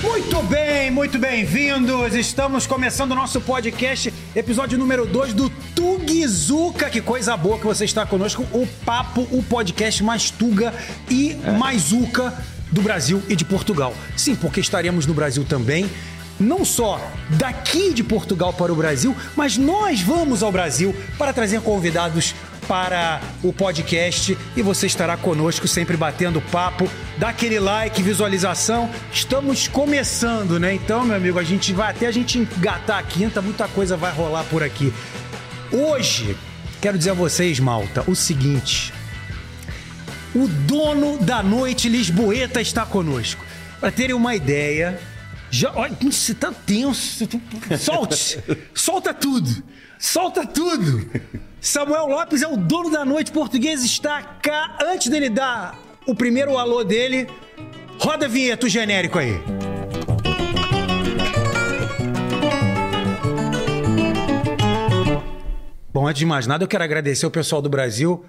Muito bem, muito bem-vindos! Estamos começando o nosso podcast, episódio número 2 do Tugizuka. Que coisa boa que você está conosco. O papo, o podcast mais tuga e mais uca do Brasil e de Portugal. Sim, porque estaremos no Brasil também. Não só daqui de Portugal para o Brasil, mas nós vamos ao Brasil para trazer convidados para o podcast e você estará conosco sempre batendo papo. Dá aquele like, visualização. Estamos começando, né? Então, meu amigo, a gente vai até a gente engatar a quinta, muita coisa vai rolar por aqui. Hoje, quero dizer a vocês, malta, o seguinte: o dono da noite Lisboeta está conosco. Para terem uma ideia, já, olha, putz, você tá tenso. Solte! Solta tudo! Solta tudo! Samuel Lopes é o dono da noite português, está cá. Antes dele dar o primeiro alô dele, roda a vinheta, o genérico aí. Bom, antes de mais nada, eu quero agradecer o pessoal do Brasil,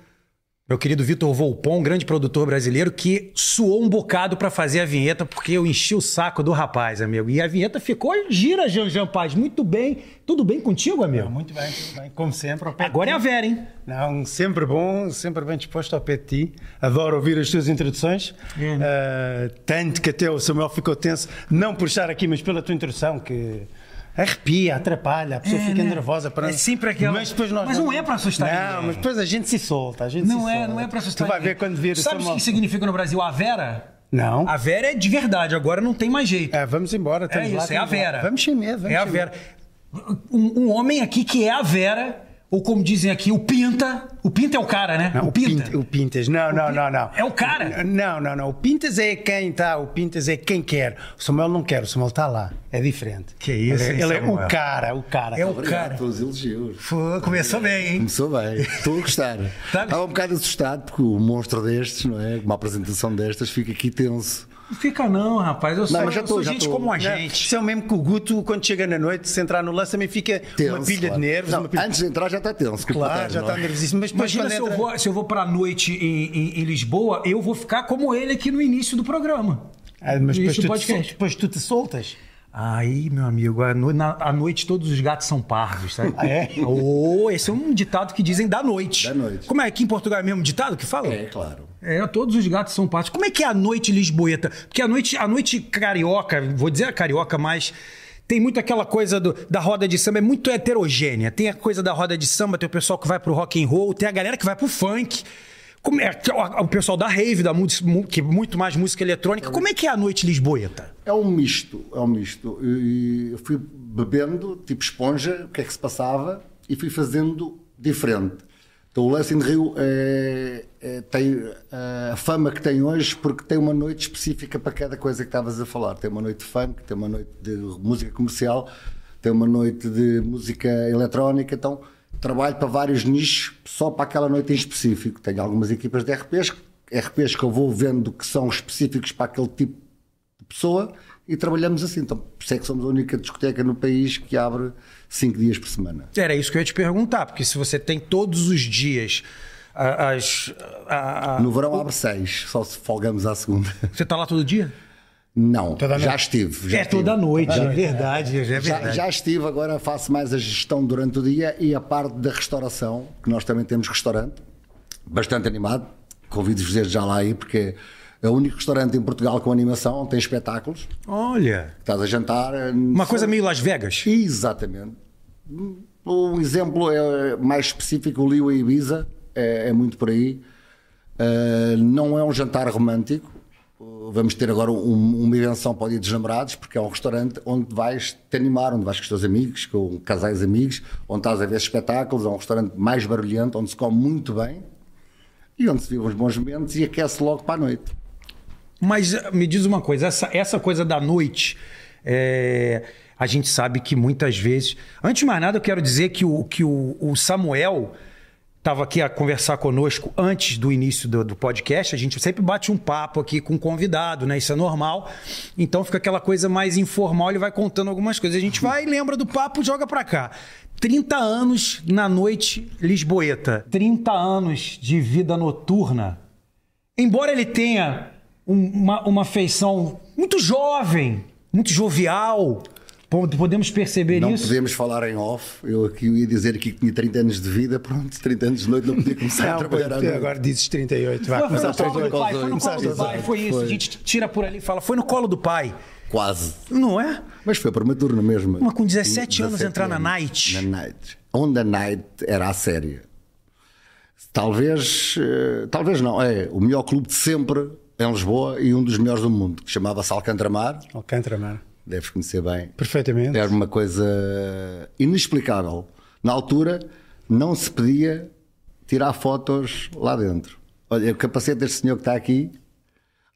meu querido Vitor Volpon, grande produtor brasileiro, que suou um bocado pra fazer a vinheta, porque eu enchi o saco do rapaz, amigo. E a vinheta ficou gira, Jean Jean Paz. Muito bem. Tudo bem contigo, amigo? Muito bem, tudo bem. Como sempre, ao pé de Agora é a ti. Vera, hein? Não, sempre bom, sempre bem disposto ao pé de ti. Adoro ouvir as tuas introduções. Ah, tanto que até o Samuel ficou tenso, não por estar aqui, mas pela tua introdução, que arrepia, atrapalha, a pessoa É, fica né? nervosa. Para... É sempre aquela- Mas, depois nós Mas não é para assustar Não, ninguém. mas depois a gente se solta. A gente Não se é, solta. não é pra assustar Tu vai ninguém. ver quando vir o Sabe o Samuel. que significa no Brasil a Vera? Não. A Vera é de verdade, agora não tem mais jeito. É, vamos embora. estamos é lá, isso, é a estamos lá. Vera. Vamos sem medo. vamos É a sem medo. Vera. Um, um homem aqui que é a Vera, ou como dizem aqui, o Pinta. O Pinta é o cara, né? Não, o, Pinta- o Pintas. Não, não, Pin- não, não. É o cara. Não, não, não. O Pintas é quem está. O Pintas é quem quer. O Samuel não quer. O Samuel está lá. É diferente. Que isso, hein, Ele, ele é Samuel? o cara, o cara. É o Obrigado cara. pelos elogios. Pô, começou bem, hein? Começou bem, estou a gostar. Tá. Estava um bocado assustado porque o monstro destes, não é? Uma apresentação destas fica aqui tenso. Não fica não, rapaz. Eu sou, mas já eu tô, sou já gente tô. como a Não, gente. Isso é o mesmo que o Guto, quando chega na noite, se entrar no lance, também fica Tenso. uma pilha claro. de nervos. Não, uma pilha... Antes de entrar já está tenso. como Claro, estás, já tá não está é? nervosíssimo. Mas depois Imagina quando se eu, entra- vou, se eu vou pra noite em, em- em Lisboa, eu vou ficar como ele aqui no início do programa. Ah, mas depois Isso tu, pode te, sol- ser. depois tu te soltas. Aí, meu amigo, à no- na- à noite todos os gatos são parvos, sabe? Ah, é? Oh, esse é um ditado que dizem da noite. Da noite. Como é aqui em Portugal é mesmo ditado que fala? É, claro. É, todos os gatos são parvos. Como é que é a noite lisboeta? Porque a noite, a noite carioca, vou dizer a carioca, mas tem muito aquela coisa do- da roda de samba, é muito heterogênea. Tem a coisa da roda de samba, tem o pessoal que vai pro rock and roll, tem a galera que vai pro funk. Como é, o pessoal da rave, da mu- mu- que é muito mais música eletrônica. Como é que é a noite lisboeta? É um misto, é um misto. E eu fui bebendo, tipo esponja, o que é que se passava, e fui fazendo diferente. Então o Lessing de Rio é, é, tem eh, a fama que tem hoje porque tem uma noite específica para cada coisa que estavas a falar. Tem uma noite de funk, tem uma noite de música comercial, tem uma noite de música eletrónica, então trabalho para vários nichos só para aquela noite em específico. Tenho algumas equipas de RPs, RPs que eu vou vendo que são específicos para aquele tipo de pessoa e trabalhamos assim. Então, por isso é que somos a única discoteca no país que abre cinco dias por semana. Era isso que eu ia te perguntar, porque se você tem todos os dias a- as. a- a- No verão abre seis só se folgamos à segunda. você tá lá todo dia? Não, Toda já noite? estive. Já é estive. toda noite, é verdade, é Já, verdade. já estive, agora faço mais a gestão durante o dia e a parte da restauração, que nós também temos restaurante, bastante animado. Convido-vos desde já lá aí, porque é o único restaurante em Portugal com animação, tem espetáculos. Olha. Estás a jantar. eh, Uma só- coisa meio Las Vegas. Exatamente. Um exemplo é mais específico, o Liu e Ibiza, é, é muito por aí. Uh, não é um jantar romântico. Uh, Vamos ter agora um- uma invenção para o Dia dos Namorados, porque é um restaurante onde vais te animar, onde vais com os teus amigos, com casais amigos, onde estás a ver espetáculos. É um restaurante mais barulhento, onde se come muito bem e onde se vivem os bons momentos e aquece logo para a noite. Mas eh, me diz uma coisa, essa, essa coisa da noite, é, a gente sabe que muitas vezes. Antes de mais nada, eu quero dizer que o, que o, o Samuel estava aqui a conversar conosco antes do início do, do podcast. A gente sempre bate um papo aqui com o convidado, né? Isso é normal. Então fica aquela coisa mais informal, ele vai contando algumas coisas. A gente vai, lembra do papo, joga pra cá. 30 anos na noite lisboeta. 30 anos de vida noturna embora ele tenha um- uma, uma feição muito jovem, muito jovial. Po- Podemos perceber Não isso? podemos falar em off. Eu aqui ia dizer aqui que tinha 30 anos de vida, pronto, 30 anos de noite não podia começar a Não, trabalhar à pois, noite. agora dizes 38, vai Foi, começar no aos colo do 38. pai, foi no colo do pai, foi isso. A gente tira por ali e fala, foi no colo do pai. Quase. Não é? Mas foi prematuro é na mesma. Mas com 17 anos entrar na anos. Night. Na Night. Onde a Night era a série. Talvez, eh, talvez não, é o melhor clube de sempre em Lisboa e um dos melhores do mundo, que chamava-se Alcantramar. Alcântara, mano. Deves conhecer bem. Perfeitamente. Era uma coisa inexplicável. Na altura, não se podia tirar fotos lá dentro. Olha, o capacete deste senhor que está aqui,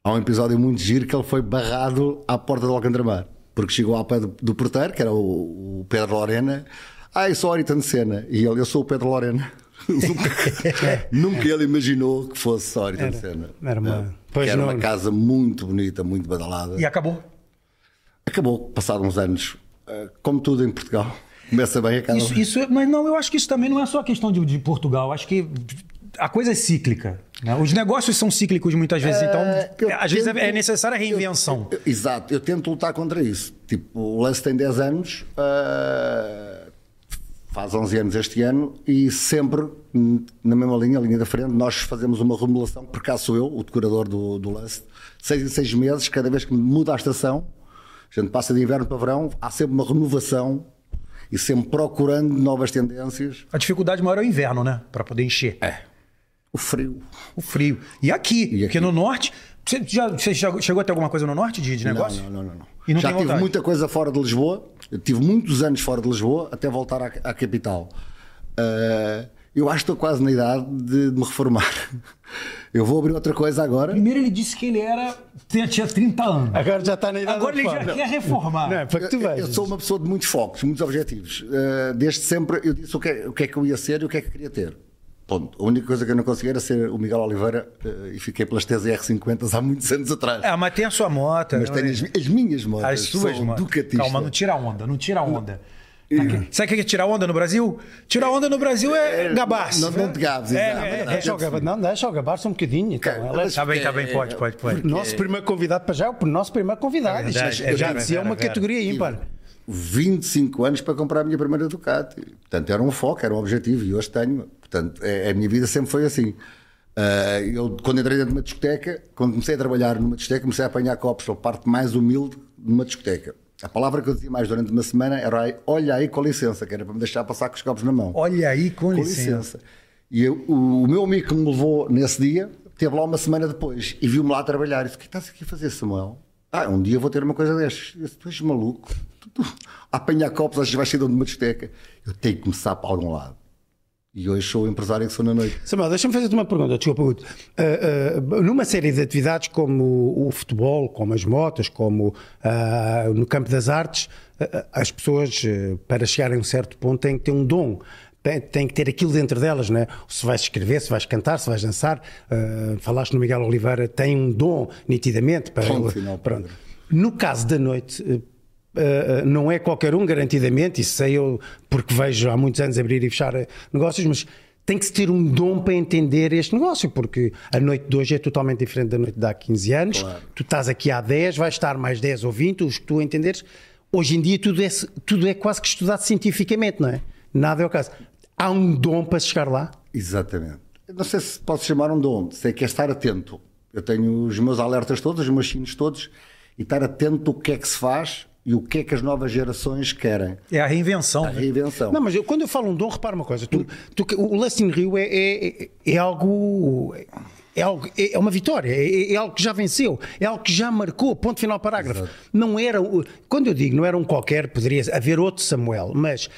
há um episódio muito giro que ele foi barrado à porta do Alcantramar. Porque chegou ao pé do, do porteiro, que era o, o Pedro Lorena. Ah, eu sou Auritan Senna. E ele, eu sou o Pedro Lorena. nunca, nunca ele imaginou que fosse Auritan Senna. era uma- É. pois Que era não. uma casa muito bonita, muito badalada. E acabou. Acabou, passaram uns anos, eh, como tudo em Portugal. Começa bem a casa. Isso, isso, é- mas não, eu acho que isso também não é só questão de, de Portugal. Acho que a coisa é cíclica. né? Os negócios são cíclicos muitas vezes, então eu às vezes é- tento- é necessária a reinvenção. Eu- Exato, eu tento lutar contra isso. Tipo, o Lance tem 10 anos, eh, faz 11 anos este ano, e sempre n- na mesma linha, a linha da frente, nós fazemos uma remodelação, por cá sou eu, o decorador do, do Lance, 6 em 6 meses, cada vez que muda a estação, a gente passa de inverno para verão, há sempre uma renovação e sempre procurando novas tendências. A dificuldade maior é o inverno, né? Pra poder encher. O frio. O frio. E aqui, porque no norte. Você já, você já chegou a ter alguma coisa no norte de, de negócio? Não, não, não. não. E não Já tem tive vontade? muita coisa fora de Lisboa. Eu tive muitos anos fora de Lisboa até voltar à, à capital. Ah, eu acho que estou quase na idade de, de me reformar. Eu vou abrir outra coisa agora. Primeiro ele disse que ele era. tinha- Tinha 30 anos. Agora já está na É, idade Agora da ele já fama. quer reformar. Não, é para que tu Eu- vejas. Eu sou uma pessoa de muitos focos, muitos objetivos. Eh, desde sempre eu disse o que, é, o que é que eu ia ser e o que é que queria ter. Ponto. A única coisa que eu não consegui era ser o Miguel Oliveira eh, e fiquei pelas TZR50 há muitos anos atrás. É, mas tem a sua moto. Mas tenho as, as minhas motos. As suas sou motos. Ducatista. Calma, não tira onda, não tira onda. Tá aqui. Sabe o que é tirar onda no Brasil? Tirar onda no Brasil é, É, gabaço. não- não te gabes, é, exato. é, é, Deixa o Gabar- Não, deixa o Gabar só um bocadinho. Então, Cara, ela- mas- Tá bem, tá é, bem, pode, pode, pode. Nosso primeiro convidado para já é o nosso primeiro convidado. É verdade, Isto é já verdade, dizia, é uma Vera, Vera. categoria ímpar. 25 anos para comprar a minha primeira Ducati. Portanto, era um foco, era um objetivo e hoje tenho. Portanto, é- a minha vida sempre foi assim. Ah, eu, quando entrei dentro de uma discoteca, quando comecei a trabalhar numa discoteca, comecei a apanhar copos pela parte mais humilde de uma discoteca. A palavra que eu dizia mais durante uma semana era "Ai, olha aí com licença, que era para me deixar passar com os copos na mão. Olha aí, com, Com licença. licença. E eu- o, o meu amigo que me levou nesse dia teve lá uma semana depois e viu-me lá trabalhar. E disse: O que estás aqui a fazer, Samuel? Ah, um dia vou ter uma coisa destas. Eu disse: Tu és maluco? Tu, tu, a apanhar copos, achas que vais ser dono de uma discoteca. Eu tenho que começar para algum lado. E hoje sou o empresário que sou na noite. Samuel, deixa-me fazer-te uma pergunta, desculpa, Guto. Ah, ah, numa série de atividades como o, futebol, como as motas, como ah, no campo das artes, ah, ah, as pessoas, eh, para chegarem a um certo ponto, têm que ter um dom. Têm, têm que ter aquilo dentro delas, né? Se vais escrever, se vais cantar, se vais dançar. Ah, falaste no Miguel Oliveira, tem um dom, nitidamente. Para Ponto final, Pronto. Pedro. No caso da noite, eh, eh, não é qualquer um, garantidamente, isso sei eu, porque vejo há muitos anos abrir e fechar eh, negócios, mas tem que se ter um dom para entender este negócio, porque a noite de hoje é totalmente diferente da noite de há 15 anos. Tu estás aqui há 10, vais estar mais 10 ou 20, os que tu entenderes. Hoje em dia tudo é, tudo é quase que estudado cientificamente, não é? Nada é o caso. Há um dom para chegar lá? Exatamente. Eu Não sei se posso chamar um dom, sei que é estar atento. Eu tenho os meus alertas todos, os meus sinos todos, e estar atento ao que é que se faz e o que é que as novas gerações querem. É a reinvenção. A reinvenção. Não, mas eu- quando eu falo um dom, repara uma coisa. Tu, tu, o Lance in Rio é, é, é algo. É, algo, é é uma vitória, é, é algo que já venceu, é algo que já marcou, ponto final parágrafo. Não era, o- quando eu digo não era um qualquer, poderia haver outro Samuel, mas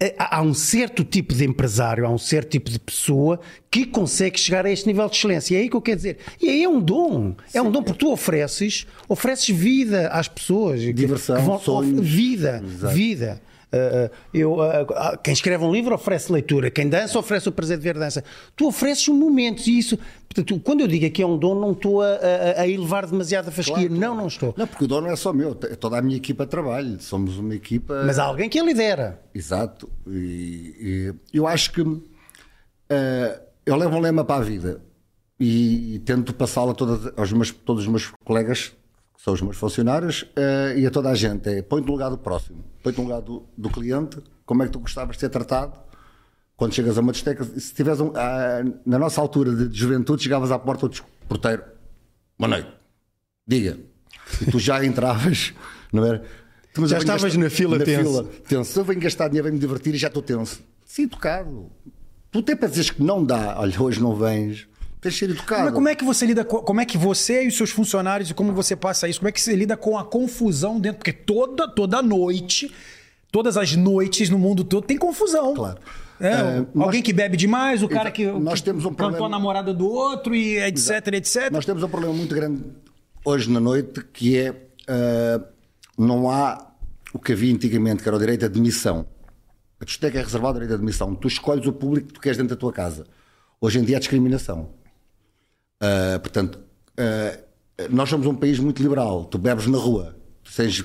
eh, há há um certo tipo de empresário, há um certo tipo de pessoa que consegue chegar a este nível de excelência. E é aí que eu quero dizer. E aí é um dom, é um dom porque tu ofereces, ofereces vida às pessoas. que- Diversão, que sonhos. vida, vida. Ah, ah, eu, ah, ah, quem escreve um livro oferece leitura, quem dança oferece o prazer de ver dança. Tu ofereces um momento e isso. Portanto, quando eu digo que é um dom, não estou a, a- a elevar demasiado a fasquia. não, não estou. Não, porque o dono não é só meu, é toda a minha equipa de trabalho. Somos uma equipa. Mas há alguém que a lidera. Exato. E, e eu acho que eh, eu levo um lema para a vida e, e tento passá-lo a todas- aos meus, todos os meus colegas que são os meus funcionários, eh, e a toda a gente, é põe-te no lugar do próximo, põe-te no lugar do, do cliente, como é que tu gostavas de ser tratado quando chegas a uma discoteca, se tiveres um, ah, na nossa altura de de juventude, chegavas à porta do porteiro, boa noite, diga, e tu já entravas, não era? "Tu, mas Já eu venho estavas na fila, tenso." tenso. Eu venho gastar dinheiro, venho me divertir e já estou tenso. Sim, educado. Tu até para dizeres é que não dá, olha, hoje não vens, tens de ser educado. Mas como é que você lida com, como é que você e os seus funcionários e como você passa isso? Como é que você lida com a confusão dentro? Porque toda toda noite, todas as noites no mundo todo tem confusão. Claro. É, É, alguém nós- que bebe demais, o cara Exato. que, Nós que temos um cantou problema- a namorada do outro e etc, etc. Nós temos um problema muito grande hoje na noite que é ah, não há o que havia antigamente, que era o direito de admissão. A discoteca é reservada ao direito de admissão. Tu escolhes o público que tu queres dentro da tua casa. Hoje em dia há discriminação. Ah, portanto, ah, nós somos um país muito liberal. Tu bebes na rua, tu tens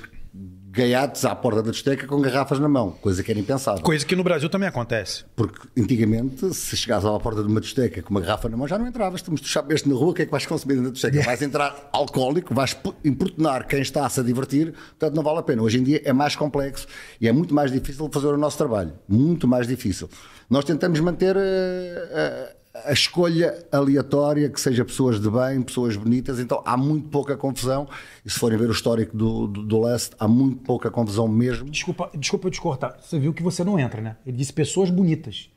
gaiatos à porta da discoteca com garrafas na mão, coisa que era impensável. Coisa que no Brasil também acontece. Porque antigamente, se chegares à porta de uma discoteca com uma garrafa na mão, já não entravas. Tu, Mas tu sabes na rua o que é que vais consumir dentro da discoteca. Vais entrar alcoólico, vais pu- importunar quem está a se divertir, portanto não vale a pena. Hoje em dia é mais complexo e é muito mais difícil fazer o nosso trabalho. Muito mais difícil. Nós tentamos manter eh, a, a escolha aleatória, que seja pessoas de bem, pessoas bonitas, então há muito pouca confusão. E se forem ver o histórico do, do, do Leste, há muito pouca confusão mesmo. Desculpa, desculpa eu te cortar. Você viu que você não entra, né? Ele disse pessoas bonitas.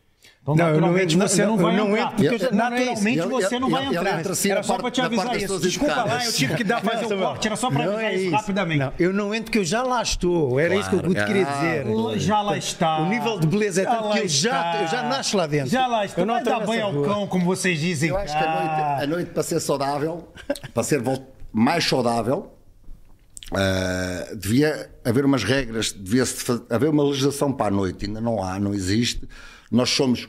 Então, Não, eu não naturalmente, entro, você não, não, eu vai não entrar. entro porque eu já- não, não é isso. naturalmente, Ele- você não ele- vai ele entrar. entra assim era na só pra parte- te na parte avisar das isso. pessoas Desculpa lá, eu educadas. tive que dar, fazer um Samuel, corte. Era só pra assim. não avisar é isso rapidamente. Não, eu não entro que eu já lá estou. Era isso que eu te Claro. queria Ah, dizer. L- Já lá está. O nível de beleza é Já tanto lá que eu já, está. eu já nasço lá dentro. Já lá está. Eu não não vai estou dar nessa banho ao rua. cão, como vocês dizem. Eu acho que a Ah. noite, a noite para ser saudável, para ser vol- mais saudável, ah, devia haver umas regras, devia haver uma legislação para a noite. Ainda não há, não existe. Nós somos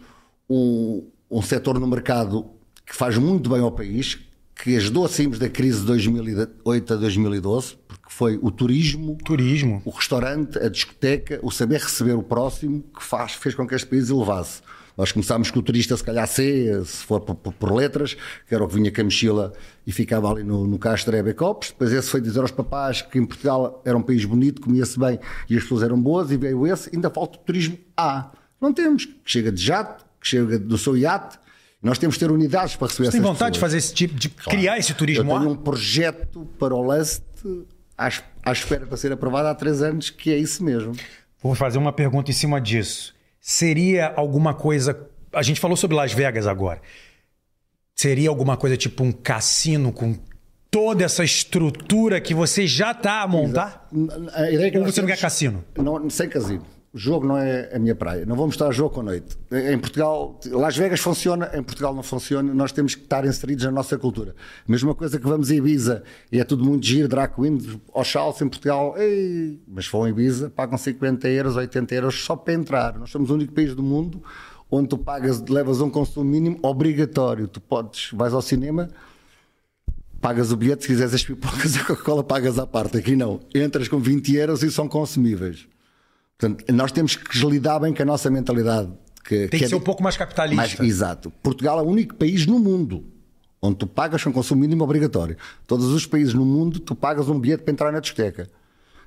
um, um setor no mercado que faz muito bem ao país, que ajudou a sairmos da crise de 2008 a 2012, porque foi o turismo Turismo. o restaurante, a discoteca, o saber receber o próximo que faz, fez com que este país elevasse. Nós começámos com o turista, se calhar C, se for por, por- por letras, que era o que vinha com a mochila e ficava ali no, no Castro Hebe Copos. Depois esse foi dizer aos papás que em Portugal era um país bonito, comia-se bem e as pessoas eram boas, e veio esse. Ainda falta o turismo A. Não temos, que chega de jato, que chega do seu iate. Nós temos que ter unidades para receber Tem essas vontade de pessoas. fazer esse tipo, de criar esse turismo Eu lá? tenho um projeto para o Leste à, es- à espera para ser aprovado há três anos, que é isso mesmo. Vou fazer uma pergunta em cima disso. Seria alguma coisa. A gente falou sobre Las Vegas agora. Seria alguma coisa tipo um cassino com toda essa estrutura que você já tá a montar? N- n- A ideia é que Ou nós você não quer temos- cassino? Não, sem casino. O jogo não é a minha praia. Não vou mostrar jogo à noite. Em Portugal, Las Vegas funciona, em Portugal não funciona. Nós temos que estar inseridos na nossa cultura. Mesma coisa que vamos a Ibiza e é tudo muito giro, drag queens, Oxalce em Portugal. Ei, mas vão a Ibiza, pagam 50 euros, 80 euros só para entrar. Nós somos o único país do mundo onde tu pagas, levas um consumo mínimo obrigatório. Tu podes, vais ao cinema, pagas o bilhete, se quiseres as pipocas e a Coca-Cola pagas à parte. Aqui não. Entras com 20 euros e são consumíveis. Portanto, nós temos que lidar bem com a nossa mentalidade. Que, Tem que é ser um di- pouco mais capitalista. mais- exato. Portugal é o único país no mundo onde tu pagas com consumo mínimo obrigatório. Todos os países no mundo tu pagas um bilhete para entrar na discoteca.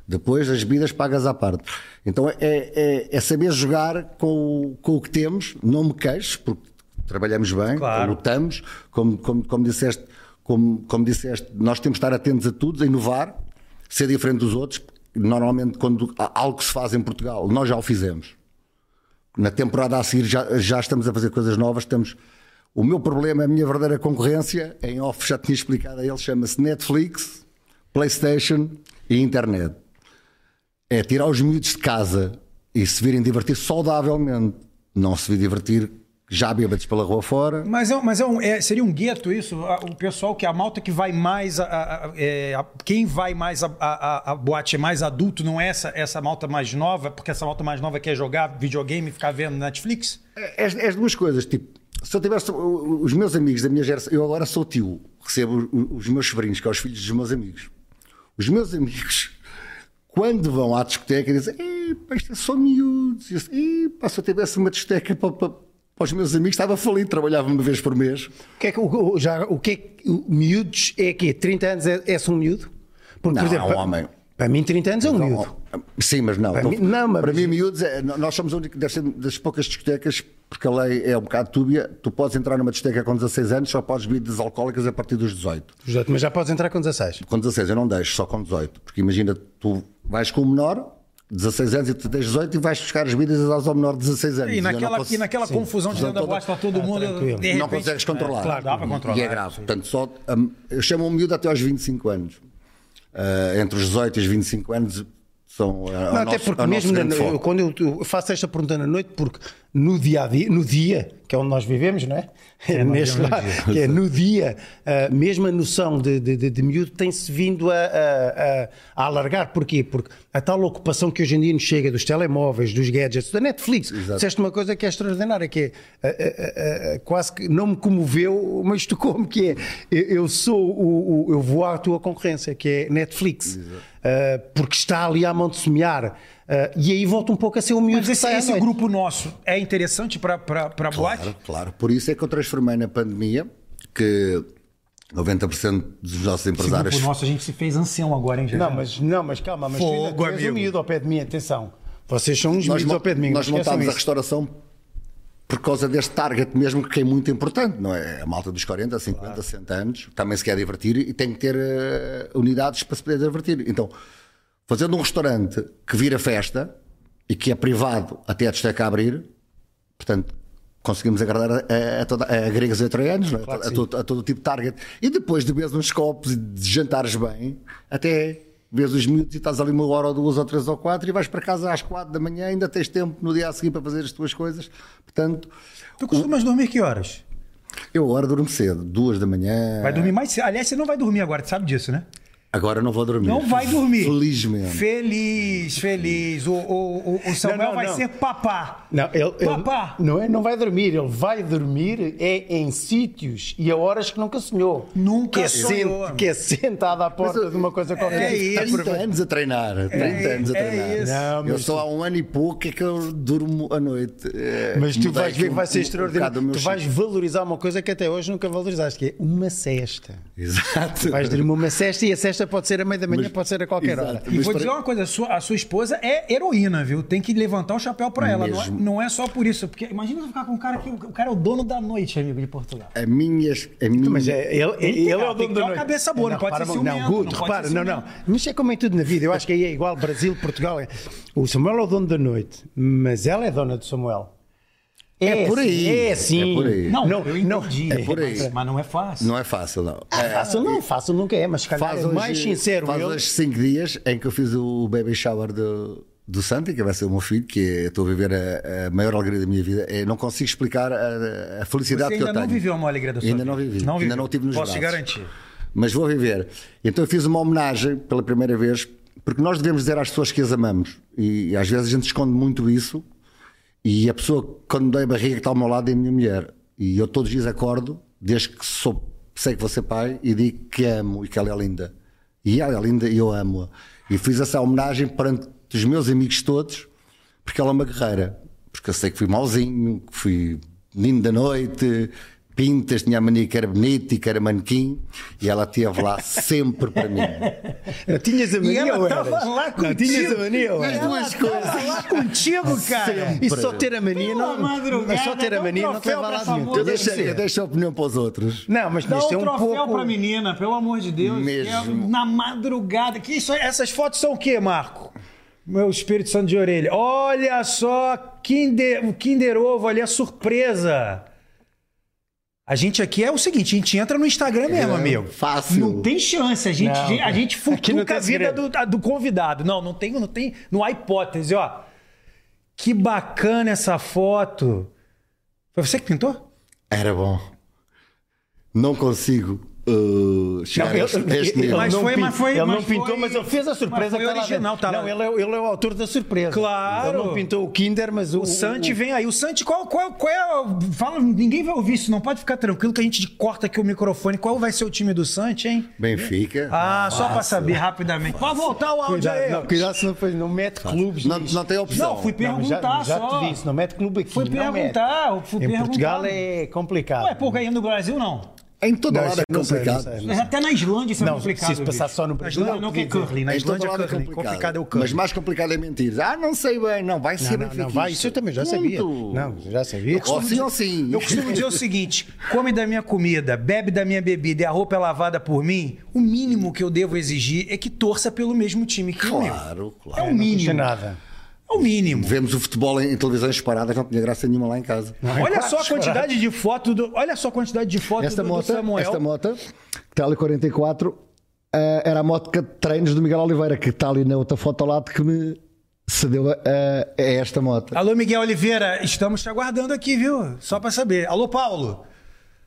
Depois as bebidas pagas à parte. Então é, é- é saber jogar com, o- com o que temos, não me queixo, porque trabalhamos bem, Claro. lutamos, como, como, como disseste, como, como disseste, nós temos de estar atentos a tudo, a inovar, ser diferente dos outros. Normalmente, quando há algo que se faz em Portugal, nós já o fizemos na temporada a seguir já, já estamos a fazer coisas novas. Estamos... O meu problema, a minha verdadeira concorrência, em off já tinha explicado a ele, chama-se Netflix, Playstation e Internet. É tirar os miúdos de casa e se virem divertir saudavelmente, não se vir divertir já bêbados pela rua fora. Mas, é, um- mas é um- é- seria um gueto isso? A- O pessoal que a malta que vai mais. a- a- a- é, a- quem vai mais a, a- a- a boate mais adulto não é essa, essa malta mais nova, porque essa malta mais nova quer jogar videogame e ficar vendo Netflix? É, é as duas coisas, tipo, se eu tivesse o- os meus amigos da minha geração, eu agora sou tio, recebo o- os meus sobrinhos, que são os filhos dos meus amigos. Os meus amigos, quando vão à discoteca, dizem: Epá, isto é só miúdos. E eu, Epá, se eu tivesse uma discoteca para, para, para os meus amigos, estava falido, trabalhava uma vez por mês. O que é que, o, o- já, o que é que o, miúdos é que 30 anos é, é um miúdo? Porque, Não, por exemplo, é um pa- homem. Para mim, 30 anos é um Não, miúdo. Oh, Sim, mas não. Para mim- não, mas- para mim, miúdos, é- nós somos a única, deve ser das poucas discotecas, porque a lei é um bocado túbia. Tu podes entrar numa discoteca com 16 anos, só podes bebidas alcoólicas a partir dos 18. Portanto, Mas já podes entrar com 16. Com 16 eu não deixo, só com 18. Porque imagina, tu vais com o menor, 16 anos, e tu tens 18 e vais buscar as bebidas ao menor de 16 anos. E eu não naquela, cons- e naquela confusão de dentro da toda- Ah, boate, está todo mundo. tranquilo. de não repente- consegues controlar. Claro, dá para Hum. controlar. E é grave. Portanto, só, hum, eu chamo um miúdo até aos 25 anos. Ah, entre os 18 e os 25 anos são. é, o Não, até nosso- porque é o nosso mesmo na- grande eu- foco. quando eu, eu faço esta pergunta na noite, porque no dia a dia, no dia, que é onde nós vivemos, não é? É, neste lá, que é no dia, ah, mesmo a noção de, de, de, de miúdo tem-se vindo a, a, a- a alargar. Porquê? Porque a tal ocupação que hoje em dia nos chega dos telemóveis, dos gadgets, da Netflix, disseste uma coisa que é extraordinária, que é ah, ah, ah, ah, quase que não me comoveu, mas tocou-me, que é eu, eu sou o, o- eu vou à tua concorrência, que é Netflix. Ah, porque está ali à mão de semear. Ah, e aí volta um pouco a ser o miúdo Mas que esse, é sai à esse noite. grupo nosso é interessante para a boate? Claro, claro. Por isso é que eu transformei na pandemia que 90% dos nossos Esse empresários. grupo nosso a gente se fez ancião agora, hein, Jair? é Não, mas, não, mas calma, mas tu ainda- Fogo, tu és um amigo. miúdo ao pé de mim, atenção. Vocês são uns nós miúdos mon- ao pé de mim. nós não esqueçam montámos a isso. restauração por causa deste target mesmo que é muito importante, não é? A malta dos 40, 50, 60 anos também se quer divertir e tem que ter eh, unidades para se poder divertir. Então, fazendo um restaurante que vira festa e que é privado até a destaca abrir, portanto, conseguimos agradar a, a, toda, a gregos e a troianos, não é? a, todo, a todo tipo de target. E depois de beber uns copos e de jantares bem, até vês os minutos e estás ali uma hora ou duas ou três ou quatro e vais para casa às quatro da manhã, ainda tens tempo no dia a seguir para fazer as tuas coisas. Portanto, Tu costumas dormir que horas? eu agora durmo cedo, duas da manhã. Vai é. dormir mais cedo. Aliás, você não vai dormir agora, tu sabe disso, né? Agora não vou dormir. Não vai dormir. Felizmente. Feliz, feliz. O, o, o- o Samuel Não, não, vai não. ser papá. Não, ele, ele- Papá. não, é- não vai dormir, ele vai dormir é em sítios e a horas que nunca sonhou. Nunca que é sonhou. sent- que é sentado à porta Mas, de uma coisa qualquer. é isso. 30 anos a treinar, 30 anos a é treinar. isso. Não, eu mas só há um ano e pouco é que eu durmo à noite. É, Mas tu mudei vais aqui ver um- que vai ser um- um extraordinário. bocado o meu tu vais chip. valorizar uma coisa que até hoje nunca valorizaste, que é uma cesta. Exato. Vais dormir uma cesta e a cesta pode ser a meia da manhã, pode ser a qualquer exato. hora. E Mas vou para- dizer uma coisa, a sua, a sua esposa é heroína, viu? Tem que levantar o chapéu pra ela. Não é, Mesmo. não é só por isso. Porque imagina você ficar com um cara que. O cara é o dono da noite, amigo de Portugal. A minha. A minha "Oh, Mas é, ele, ele é Então, tem que ter o dono da uma noite. cabeça boa, não pode ser repara, ciumento, Não, não Guto, pode repara, ser não, não. Mas é como em tudo na vida. Eu acho que aí é igual Brasil, Portugal. é- O Samuel é o dono da noite, mas ela é dona do Samuel. É, por assim, aí. É assim. É por aí. Não, não, eu não. entendi. É por aí. Mas, mas não é fácil. Não é fácil, não. Ah, É, fácil não, fácil nunca é, mas se calhar é hoje- mais sincero. Faz ele- hoje 5 dias em que eu fiz o baby shower do, do Santi, que vai ser o meu filho, que é- eu estou a viver a, a maior alegria da minha vida. É, não consigo explicar a, a Você felicidade que eu ainda tenho. não viveu uma alegria da sua Ainda vida. não vivi. Não Ainda viveu. não tive nos Posso te braços. garantir. Mas vou viver. Então eu fiz uma homenagem pela primeira vez, porque nós devemos dizer às pessoas que as amamos. E, às vezes a gente esconde muito isso. E a pessoa, quando me dói a barriga, que está ao meu lado é a minha mulher. E eu todos os dias acordo, desde que sou, sei que vou ser pai, e digo que a amo e que ela é linda. E ela é linda e eu amo-a. E fiz essa homenagem perante os meus amigos todos, porque ela é uma guerreira. Porque eu sei que fui mauzinho, que fui menino da noite, pintas, tinha a mania que era bonito e que era manequim, e ela esteve lá sempre para mim. Não, tinhas a mania ela ou tava eras? lá Não, contigo. é tinhas a mania ou As eras? duas coisas. Lá contigo, cara. Sempre. E só ter a mania Pela não, madrugada, mas só ter a dá um mania não te troféu leva a pra lado nenhum. famosa. Eu deixo, eu deixo a opinião para os outros. Não, mas Dá um isto é um troféu pouco... pra menina, pelo amor de Deus. Mesmo. Que é na madrugada. Que isso, é- essas fotos são o quê, Marco? Meu Espírito Santo de orelha. Olha só, Kinder, o Kinder Ovo ali, a surpresa. A gente aqui é o seguinte, a gente entra no Instagram É. mesmo, é, amigo. Fácil. Não é- tem chance, a gente, Não, a gente aqui não futuca tem a vida segredo. do, a- do convidado. Não, não tem, não tem, não há hipótese, ó. Que bacana essa foto. Foi você que pintou? Era bom. Não consigo uh, chegar a este, a este nível. mas não foi- pin- mas foi- ele mas não pintou, foi- mas ele fez a surpresa mas foi que tá lá original, dentro. tá lá. Não, ele é, ele é o autor da surpresa. Claro. Ele não pintou o Kinder, mas o. O Santi vem aí. O Santi, qual, qual, qual é. Fala, ninguém vai ouvir isso, não. Pode ficar tranquilo que a gente corta aqui o microfone. Qual vai ser o time do Santi, hein? Benfica. Ah, só pra saber rapidamente. Pode voltar o áudio Cuidado, aí. não, cuidado se não, foi- não mete clubes. não, nisto. não tem opção. Não, fui pe- mas já, perguntar já só. te disse, não mete clube aqui. Fui não mete. perguntar, fui Em Portugal perguntar. é complicado. Não é pouco aí no Brasil, não. Em toda Não, lado isso é eu não sei, complicado. não sei, não Mas até na Islândia isso é Não, complicado. se passar bicho. só no Na Islândia Brasil, não que é quer dizer, curly. Na Em todo Islândia é lado curly. Complicado é o curly. Mas mais complicado é mentir. Ah, não sei bem, não, vai ser não, bem não, vai, isso eu também já sabia. Não, já sabia. Ou sim ou sim. Eu costumo dizer o seguinte: come da minha comida, bebe da minha bebida e a roupa é lavada por mim, o mínimo que eu devo exigir é que torça pelo mesmo time que o meu. Claro, É o claro. Não tinha mínimo. nada. É o mínimo. Vemos o futebol em, em televisões paradas, não tinha graça nenhuma lá em casa. Olha só a quantidade de foto do. Olha só a quantidade de foto Esta do, moto, do Samuel. esta moto, Tele 44, eh, era a moto que- de treinos do Miguel Oliveira, que está ali na outra foto ao lado, que me cedeu a, a- a esta moto. Alô, Miguel Oliveira, estamos te aguardando aqui, viu? Só pra saber. Alô, Paulo.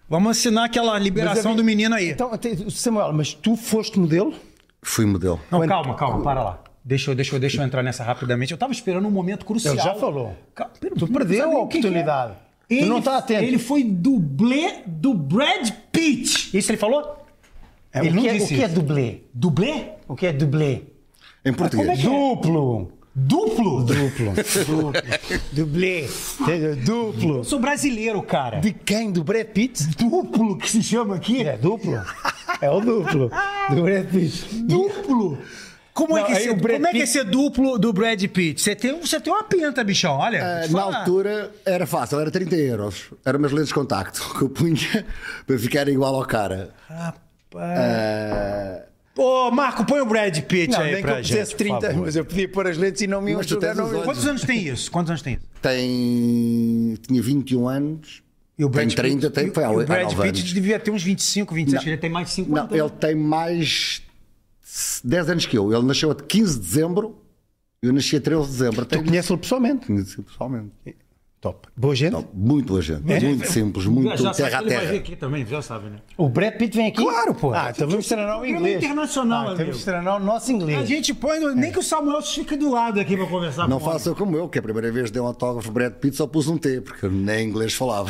Vamos assinar aquela liberação do menino aí. Então, até- Samuel, mas tu foste modelo? Fui modelo. Não, calma, calma, para lá. Deixa eu, deixa, eu, deixa eu entrar nessa rapidamente. Eu tava esperando um momento crucial. Ele já falou. Calma, Tu perdeu a oportunidade. Tu não tá atento. é. Ele foi dublê do Brad Pitt. Isso ele falou? o, ele não que é, o disse que é isso. dublê? Dublê? é O que é dublê? Ah, Em é português. Duplo! Duplo? Duplo. Duplo. dublê. Entendeu? Duplo. Eu sou brasileiro, cara. De quem? Do Brad Pitt? Duplo que se chama aqui? É duplo? É o duplo. Do Brad Pitt. Duplo? Como, é Não, que aí esse, o Brad como é que Pitt- esse duplo do Brad Pitt? Você tem, você tem uma pinta, bichão, olha. Ah, vou te Na falar. altura era fácil, era 30 euros. Eram meus lentes de contacto que eu punha para ficar igual ao cara. Rapaz. Ah, Ô, Marco, põe o Brad Pitt Não, aí nem que eu pra gente. pusesse 30, mas eu podia pôr as lentes e não me iam Mas tu julgar, tens não os iam- olhos. Quantos anos tem isso? Quantos anos tem isso? tem. tinha 21 anos. E o tem Brad 30, Pitt, tem. e Foi há o oito- há Brad nove Pitt anos. devia ter uns 25, 26, Não. ele tem mais de 50 Não, ele tem mais 10 anos que eu. Ele nasceu a 15 de dezembro, eu nasci a 13 de dezembro. Tu Tenho conheces-lo pessoalmente? conhecido pessoalmente. Top. Boa gente? Não, muito boa gente, muito simples, É, muito terra a terra. aqui também, já sabe, né? O Brad Pitt vem aqui? Claro, pô. Ah, então vamos treinar o Programa inglês. internacional, ah, amigo. Temos de treinar o nosso inglês. A gente põe, no- nem que o Samuel fique do lado aqui pra conversar É. Não com o homem. faça como eu, que a primeira vez dei um autógrafo Brad Pitt só pus um T, porque eu nem inglês falava.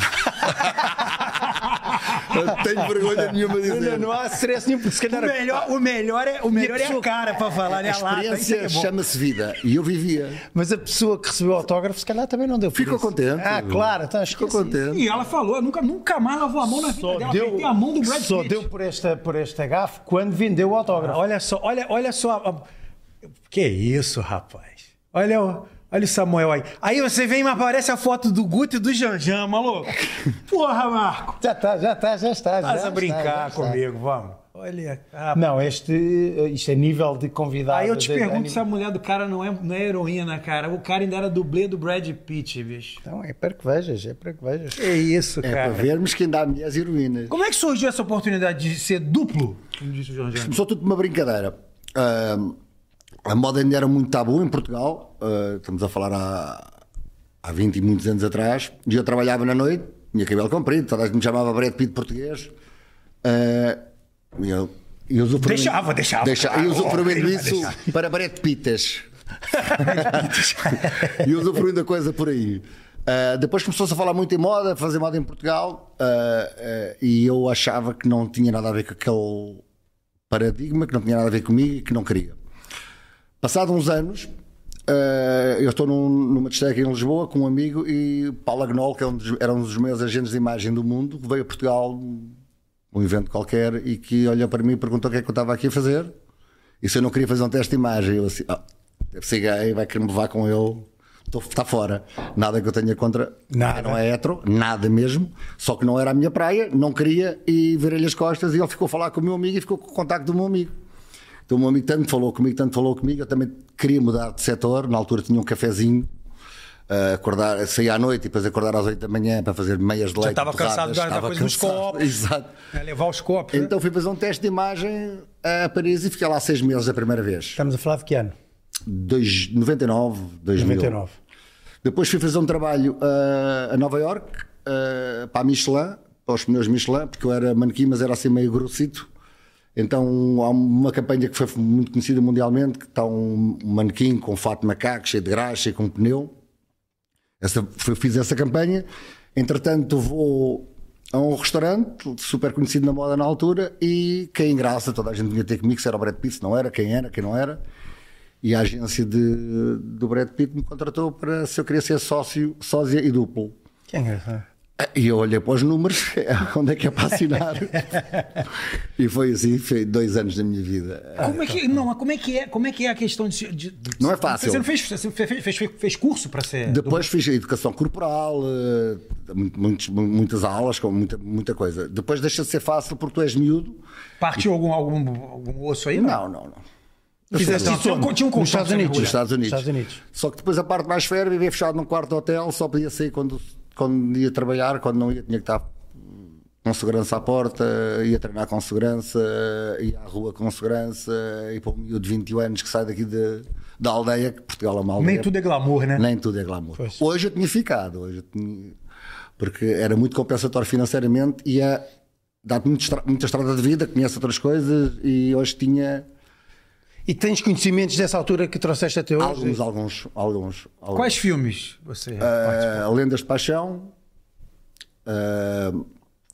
não tenho vergonha nenhuma de dizer. Não, não há stress nenhum, porque se O calhar... melhor, o melhor é, o melhor é a pessoa- cara pra falar, né? A A lata, isso é que experiência é bom. chama-se vida e eu vivia. Mas a pessoa que recebeu o autógrafo, se calhar também não deu por Ficou isso. contente. Ah, claro. Então, Ficou esquece contente. E ela falou, nunca, nunca mais lavou a mão na isso. vida Só dela. deu, apertei a mão do Brad só Pitt. deu por esta, por esta gafe quando vendeu o autógrafo. Olha só, olha, olha só. a- Que isso, rapaz. Olha o, olha o Samuel aí. Aí você vem e aparece a foto do Guto e do Janjan, maluco. Porra, Marco. Já está, já está, já está. já Faz a está, já brincar está. comigo, vamos. Olha, rapaz. é Não, este, isto é nível de convidado. Aí Ah, eu te de- pergunto de- se a mulher do cara não é, não é heroína, cara. O cara ainda era dublê do Brad Pitt, bicho. Então, é para que vejas, é para que vejas. Que isso, É para vermos que ainda há mulheres heroínas. Como é que surgiu essa oportunidade de ser duplo? Como disse o Janjan. Começou tudo por uma brincadeira. Ah, a moda ainda era muito tabu em Portugal. Ah, estamos a falar há, há 20 e muitos anos atrás. E eu trabalhava na noite, tinha cabelo comprido, toda a gente me chamava Brad Pitt português. Ah, e eu, e usufruindo- Deixava, deixava. Deixa, e usufruindo Oh, isso para Brad Pittas. e usufruindo a coisa por aí. Ah, depois começou-se a falar muito em moda, fazer moda em Portugal, ah, ah, e eu achava que não tinha nada a ver com aquele paradigma, que não tinha nada a ver comigo e que não queria. Passado uns anos, eh, eu estou num- numa discoteca em Lisboa com um amigo e Paulo Agnol, que é um dos- era um dos meus agentes de imagem do mundo, que veio a Portugal um evento qualquer e que olhou para mim e perguntou o que é que eu estava aqui a fazer e se eu não queria fazer um teste de imagem. Eu assim, ah, deve ser gay, vai querer me levar com ele. Estou- Está fora, nada que eu tenha contra, Nada. não é hetero, nada mesmo. Só que não era a minha praia, não queria e virei-lhe as costas. E ele ficou a falar com o meu amigo e ficou com o contacto do meu amigo. Então, o meu amigo tanto falou comigo, tanto falou comigo. Eu também queria mudar de setor. Na altura tinha um cafezinho, ah, acordar, sair à noite e depois acordar às 8 da manhã para fazer meias de leite. estava torradas, cansado da- da estava coisa dos cansado. copos. Exato. É levar os copos. né? Então fui fazer um teste de imagem a Paris e fiquei lá seis meses a primeira vez. Estamos a falar de que ano? Dois, 99, 2000. 99. Depois fui fazer um trabalho ah, a Nova York eh, para a Michelin, para os pneus Michelin, porque eu era manequim, mas era assim meio grossito. Então há uma campanha que foi muito conhecida mundialmente, que está um manequim com fato de macaco, cheio de graxa e com um pneu. Essa, eu fiz essa campanha. Entretanto, vou a um restaurante super conhecido na moda na altura e quem em graça, toda a gente vinha ter comigo se era o Brad Pitt, se não era, quem era, quem não era. E a agência de, do Brad Pitt me contratou para se eu queria ser sócio, sósia e duplo. Que engraçado. E eu olhei para os números, onde é que é para assinar? e foi assim, foi dois anos da minha vida. Como é que, não, mas como é que é, como é, que é a questão de, de- de- Não é fácil. Você não fez, você fez, fez, fez curso para ser. Depois fiz a educação corporal, eh, mu- muitos- mu- muitas aulas, com muita, muita coisa. Depois deixa de ser fácil porque tu és miúdo. Partiu algum, algum, algum osso aí? Não, não, não. Fizeste Tinha isso um- onde? tinha um Nos Estados contrato Unidos. Nos Estados Unidos. Estados Unidos. Só que depois a parte mais fera, vivia fechado num quarto de hotel, só podia sair quando, quando ia trabalhar, quando não ia, tinha que estar com segurança à porta, ia treinar com segurança, ia à rua com segurança, e para um miúdo de 21 anos que sai daqui de- da aldeia, que Portugal é uma aldeia. Nem tudo é glamour, né? Nem tudo é glamour. Pois. Hoje eu tinha ficado, hoje eu tinha- porque era muito compensatório financeiramente e ia dar-te muito estra- muita estrada de vida, conhece outras coisas e hoje tinha E tens conhecimentos dessa altura que trouxeste até hoje? alguns, alguns, alguns. alguns. Quais filmes você. Ah, Lendas de Paixão. ah,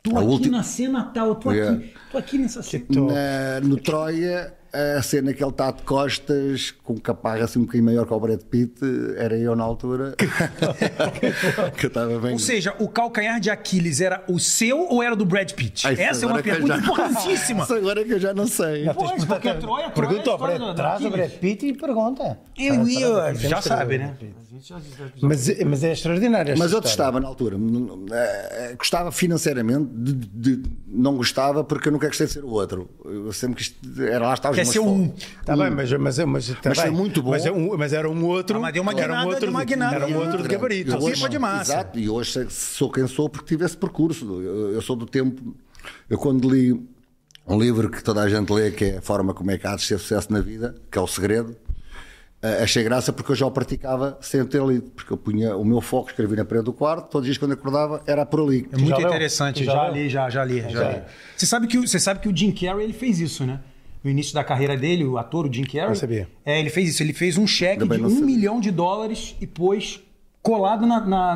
Tô a aqui última- na cena tal, tô aqui, Yeah. tô aqui nessa cena. na- no Troia, a cena que ele está de costas, com um caparra assim um bocadinho maior que o Brad Pitt, era eu na altura. que eu estava bem. Ou seja, o calcanhar de Aquiles era o seu ou era do Brad Pitt? Ai, Essa é uma Ah, agora que eu pergunta já- importantíssima. Isso agora é que eu já não sei. Pois, porque a Troia, a Troia tá- é Pergunta a ao história Brad, do- traz o daquilo. Brad Pitt e pergunta. Eu Traz- ia- traz- já traz- sabe, né? Mas, é- mas é extraordinário. esta Mas eu história. testava na altura. N- n- eh, Gostava financeiramente, de- de- de- não gostava porque eu nunca gostei de ser o outro. Eu sempre quis. Era lá estava Quer ser um. Tá bem, mas, mas, mas, tá Mas foi bem. muito bom. Mas, é um- mas era um outro. Ah, mas deu uma era guinada, um outro deu uma guinada. Era um outro de gabarito. Eu hoje- Tipo de massa. Exato, e hoje sei- sou quem sou porque tive esse percurso. Eu, eu sou do tempo. Eu quando li um livro que toda a gente lê, que é A Forma Como é que há de ser sucesso na vida, que é o segredo, eh, achei graça porque eu já o praticava sem ter lido, porque eu punha o meu foco, escrevi na parede do quarto, todos os dias quando acordava era por ali. É muito Já leu? interessante, já, Já leu? li, já, já li, já li. Você sabe, que, o- você sabe que o Jim Carrey ele fez isso, né? No início da carreira dele, o ator, o Jim Carrey. Não sabia. É, ele fez isso, ele fez um cheque Também de um não sabia. milhão de dólares e pôs colado na- na- na-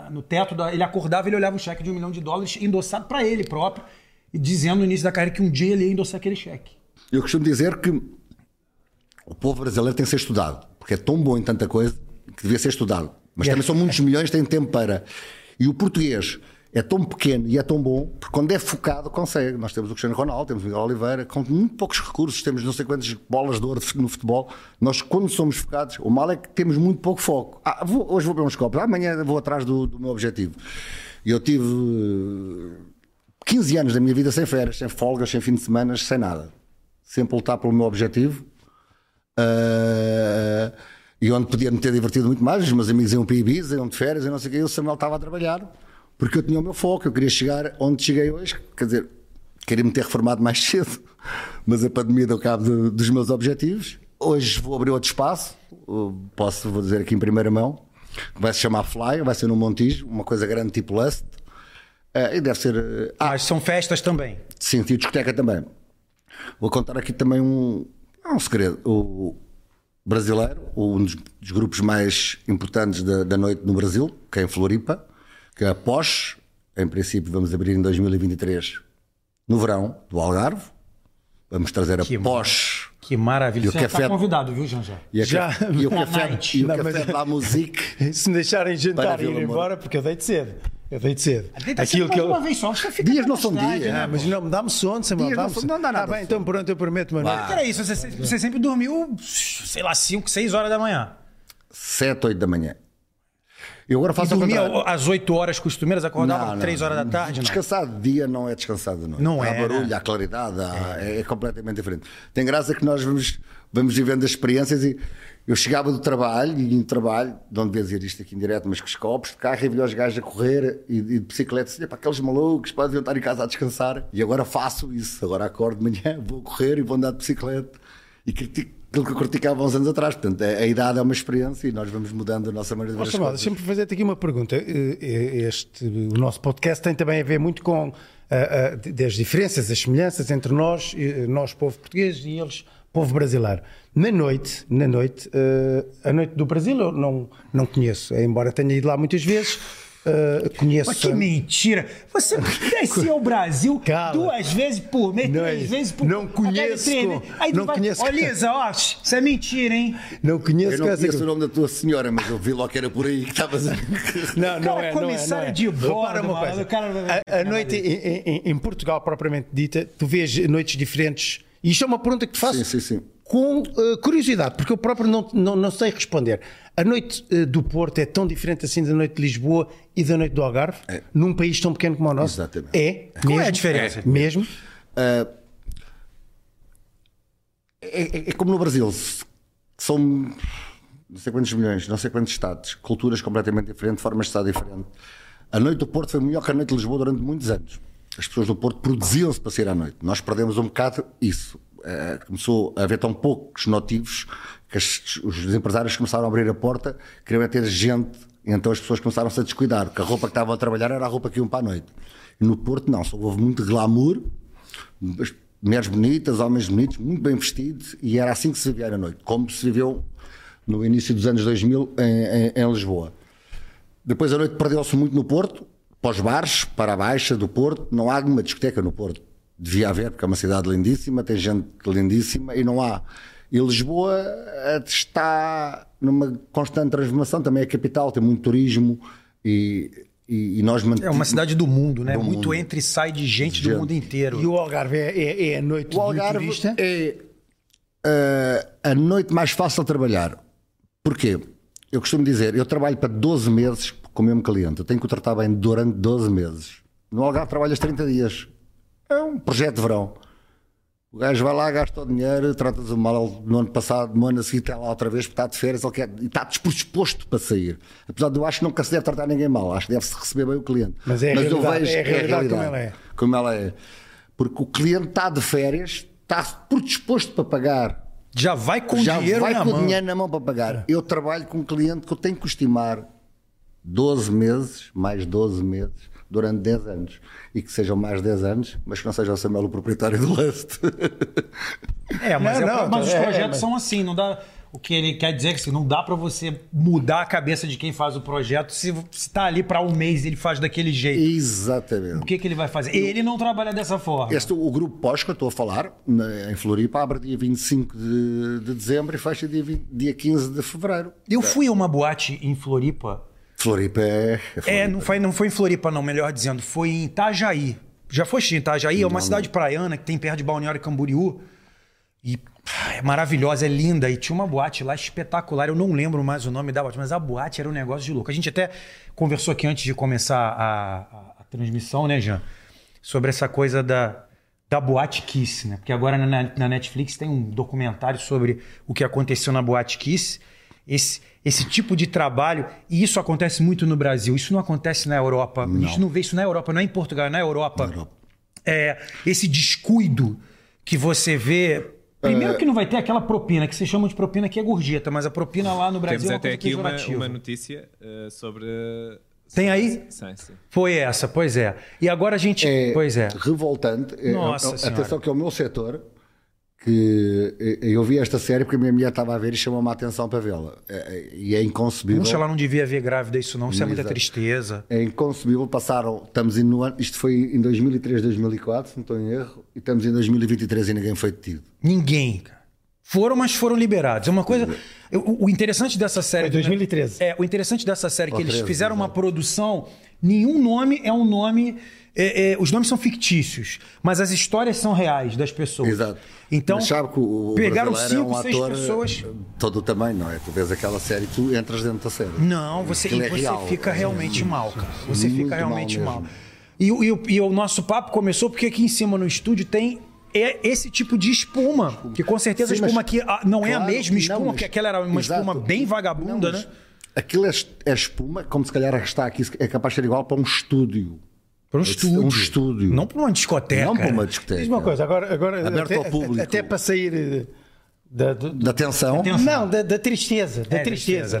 na- no teto. Da, ele acordava ele olhava o cheque de um milhão de dólares endossado pra ele próprio, e dizendo no início da carreira que um dia ele ia endossar aquele cheque. Eu costumo dizer que o povo brasileiro tem que ser estudado, porque é tão bom em tanta coisa que devia ser estudado. Mas também são muitos milhões, têm tempo para. E o português é tão pequeno e é tão bom, porque quando é focado consegue. Nós temos o Cristiano Ronaldo, temos o Miguel Oliveira, com muito poucos recursos, temos não sei quantas bolas de ouro no futebol. Nós, quando somos focados, o mal é que temos muito pouco foco. Ah, vou- hoje vou beber uns copos, amanhã vou atrás do, do meu objetivo. E eu tive eh, 15 anos da minha vida sem férias, sem folgas, sem fim de semana, sem nada. Sempre lutar pelo meu objetivo. Ah, e onde podia me ter divertido muito mais, os meus amigos iam para Ibiza, iam de férias, e não sei o que, eu Samuel estava a trabalhar, porque eu tinha o meu foco, eu queria chegar onde cheguei hoje, quer dizer, queria me ter reformado mais cedo, mas a pandemia deu cabo do- dos meus objetivos. Hoje vou abrir outro espaço, uh, posso, vou dizer aqui em primeira mão, que vai se chamar Fly, vai ser no Montijo, uma coisa grande tipo Lust, Ah, e deve ser. ah, Mas são festas também. Sim, tinha discoteca também. Vou contar aqui também um, é um segredo. O brasileiro, um dos, dos grupos mais importantes da, da noite no Brasil, que é em Floripa, que é a Porsche, em princípio vamos abrir em 2023, no verão, do Algarve. Vamos trazer a Que Porsche Que maravilha. E o Você café- tá convidado, viu, Janja? e, a Já- café, e o Boa café, noite. e o Não, café mas- da Musique. Se me deixarem jantar Para e ir Vila Moura. embora, porque eu deito cedo. Eu deito cedo. Deita sempre mais uma vez só, você fica Dias até não mais são tarde, dias. né? Ah, mas não, dá-me sono, Samuel. Dias, não dá-me sou- sono. não dá nada. Tá bem, então pronto, eu prometo, mano. Que era isso? Você, você sempre dormiu, sei lá, 5, 6 horas da manhã. 7, 8 da manhã. Eu agora faço ao Dormia contrário. às 8 horas costumeiras, acordava Não, 3 não, horas da tarde, não. Descansado de dia não é descansado de noite. Não há é, barulho, né? há claridade, há- é. completamente diferente. Tem graça que nós vamos, vamos vivendo as experiências e eu chegava do trabalho, e no trabalho, não devia dizer isto aqui em direto, mas com os copos de carro e via os gajos a correr e, e de bicicleta, assim, para aqueles malucos, pá, deviam estar em casa a descansar. E agora faço isso, agora acordo de manhã, vou correr e vou andar de bicicleta e critico. Aquilo que eu criticava há uns anos atrás, portanto, a, a idade é uma experiência e nós vamos mudando a nossa maneira de ver Ó, as Samuel, coisas. é deixa-me fazer-te aqui uma pergunta. Eh, eh, Este, o nosso podcast tem também a ver muito com ah, ah, de- das diferenças, as semelhanças entre nós, eh, nós povo português e eles povo brasileiro. Na noite, na noite, eh, a noite do Brasil eu não, não conheço, embora tenha ido lá muitas vezes. eh, conheço. Mas que mentira! Você descia ao Brasil Cara, duas vezes por mês, não é três isso. vezes por Não a cada conheço, três meses. Aí tu não vai, conheço. Ó, Lisa, ó, isso é mentira, hein? Não conheço Eu não essa- conheço o nome da tua senhora, mas eu vi logo que era por aí que estavas. a- Não, cara é não é, não é, não comissário é. de bordo, Repara uma mano, coisa. o cara- A, a noite em, em- em Portugal, propriamente dita, tu vês noites diferentes. E isto é uma pergunta que te faço Sim, sim, sim. com eh, curiosidade, porque eu próprio não, não, não sei responder. A noite eh, do Porto é tão diferente assim da noite de Lisboa e da noite do Algarve? Num país tão pequeno como o nosso? É. Exatamente. É? Qual é a Mesmo? diferença? É. Mesmo? É, é- é como no Brasil, se- são não sei quantos milhões, não sei quantos estados, culturas completamente diferentes, formas de estar diferente. A noite do Porto foi melhor que a noite de Lisboa durante muitos anos. As pessoas do Porto produziam-se para sair à noite. Nós perdemos um bocado isso. Eh, começou a haver tão poucos notivos que as- os empresários começaram a abrir a porta, queriam é ter gente, e então as pessoas começaram-se a descuidar, porque a roupa que estavam a trabalhar era a roupa que iam para a noite. E no Porto, não, só houve muito glamour, as mulheres bonitas, homens bonitos, muito bem vestidos, e era assim que se vivia à noite, como se viveu no início dos anos 2000 em, em- em Lisboa. Depois a noite perdeu-se muito no Porto, para os bares, para a Baixa do Porto, não há nenhuma discoteca no Porto. Devia haver, porque é uma cidade lindíssima, tem gente lindíssima e não há. E Lisboa eh, está numa constante transformação, também é capital, tem muito turismo e, e- e nós É uma mantemos. cidade do mundo, né? Muito entra e sai de gente do Gente. mundo inteiro. E o Algarve é, é- é a noite do O Algarve turista? é ah, a noite mais fácil de trabalhar. Porquê? Eu costumo dizer, eu trabalho para 12 meses com o mesmo cliente. Eu tenho que o tratar bem durante 12 meses. No Algarve trabalhas 30 dias. É um projeto de verão. O gajo vai lá, gasta o dinheiro, trata-se do mal ele, no ano passado, no ano a seguir está lá outra vez, porque está de férias, ele quer, e está disposto para sair. Apesar de eu acho que nunca se deve tratar ninguém mal, acho que deve-se receber bem o cliente. Mas é a eu realidade, vejo é a que realidade como ela é. Como ela é. Porque o cliente está de férias, está por disposto para pagar Já vai com já dinheiro vai na com mão. o dinheiro na mão para pagar. Eu trabalho com um cliente que eu tenho que estimar 12 meses, mais 12 meses, durante 10 anos. E que sejam mais 10 anos, mas que não seja o Samuel o proprietário do Lust. É, mas, Não, é- não, mas os é, projetos mas- são assim, não dá. O que ele quer dizer é que assim, não dá pra você mudar a cabeça de quem faz o projeto se, se tá ali pra um mês e ele faz daquele jeito. O Exatamente. que, que ele vai fazer? Ele não trabalha dessa forma. Este, o grupo pós que eu estou a falar, na- em Floripa, abre dia 25 de, de dezembro e fecha dia, 20 dia 15 de fevereiro. Eu fui a uma boate em Floripa. Floripa é. É, não foi, não foi em Floripa, não, melhor dizendo, foi em Itajaí. Já foste em Itajaí? é uma cidade praiana que tem perto de Balneário Camboriú. E pá, é maravilhosa, é linda. E tinha uma boate lá espetacular. Eu não lembro mais o nome da boate, mas a boate era um negócio de louco. A gente até conversou aqui antes de começar a, a- a transmissão, né, Jean? Sobre essa coisa da, da boate Kiss, né? Porque agora na, na Netflix tem um documentário sobre o que aconteceu na boate Kiss. Esse, esse tipo de trabalho, e isso acontece muito no Brasil, isso não acontece na Europa. A gente não vê isso na Europa, não é em Portugal, é na Europa. É, esse descuido que você vê. É. Primeiro que não vai ter aquela propina, que vocês chamam de propina que é gorjeta, mas a propina lá no Brasil Temos é uma até coisa aqui uma, pejorativa. uma notícia eh, sobre. Tem sobre- aí? Sim, sim. Foi essa, pois é. E agora a gente. é pois é. revoltante. É, Nossa é, é, Senhora. atenção que é o meu setor que é, é, eu vi esta série porque a minha mulher estava a ver e chamou-me a atenção para vê-la. É, é, E é inconcebível. Puxa, ela não devia ver grávida isso, não. Isso é muita Exato. tristeza. É inconcebível. Passaram, estamos em, no ano- isto foi em 2003, 2004, se não estou em erro, e estamos em 2023 e ninguém foi detido. Ninguém, cara. Foram, mas foram liberados. É uma coisa. eu- O, o interessante dessa série. Foi 2013. É, o interessante dessa série é que Ou eles 13, fizeram uma produção. Nenhum nome é um nome. é, é, os nomes são fictícios, mas as histórias são reais das pessoas. Exato. Então, Mas sabe que o, o pegaram brasileiro cinco, é um seis ator, pessoas. eh, Todo também, não é? Tu vês aquela série e tu entras dentro da série. Não, você, Aquilo e é você real. fica realmente mal, cara. Você Muito fica realmente mal. mal mesmo. E, o- e o- e o nosso papo começou porque aqui em cima no estúdio tem e- esse tipo de espuma. Que com certeza Sim, a mas- espuma aqui ah, não é a Claro mesma que não, espuma, mas- porque aquela era uma Exato. espuma bem vagabunda, Não, mas né? Aquilo é, é espuma, como se calhar a que está aqui, é capaz de ser igual para um estúdio. Para um É estúdio. Um estúdio. Não para uma discoteca. né? Não para uma Diz é- discoteca. uma coisa, agora, agora Aberto até, ao público. até para sair eh, da- do- Da tensão. Não, da, da tristeza, da É, tristeza,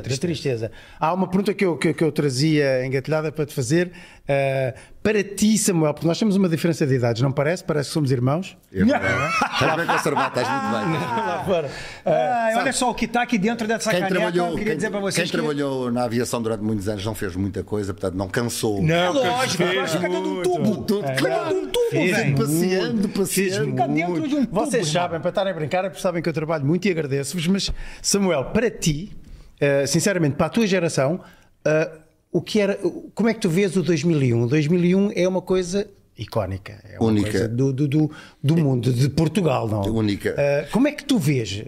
tristeza, da tristeza. Há uma pergunta que eu, que, eu- que eu trazia engatilhada para te fazer, eh, Para ti, Samuel, porque nós temos uma diferença de idades, não parece? Parece que somos irmãos. É verdade. Estás bem conservado, estás muito bem. Ah, olha só o que está aqui dentro dessa Quem caneca. trabalhou, eu queria quem- dizer para quem vocês que... trabalhou na aviação durante muitos anos não fez muita coisa, portanto não cansou. É lógico, mas fica dentro de um tubo. Tudo- Fica dentro de um tubo, Fiz velho. Passeando, Fiz passeando. Fica dentro de um tubo. Vocês irmão. sabem, para estarem a brincar, é porque sabem que eu trabalho muito e agradeço-vos, mas Samuel, para ti, eh, sinceramente, para a tua geração, eh, o que era, o- como é que tu vês o 2001? O 2001 é uma coisa icónica, é uma Única. coisa do, do, do, do mundo, de Portugal, não? Única. Eh, Eh, como é que tu vês?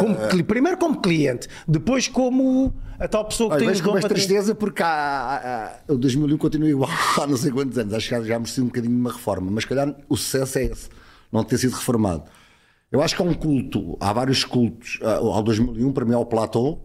Como cli- primeiro como cliente, depois como a tal pessoa que Olha, tem um vejo com mais roupa tristeza porque há, há- há- o 2001 continua igual há não sei quantos anos. Acho que já- já merecia um bocadinho de uma reforma, mas se calhar o sucesso é esse, não ter sido reformado. Eu acho que há um culto, há vários cultos. Ah, Ao 2001, para mim, é o Platô,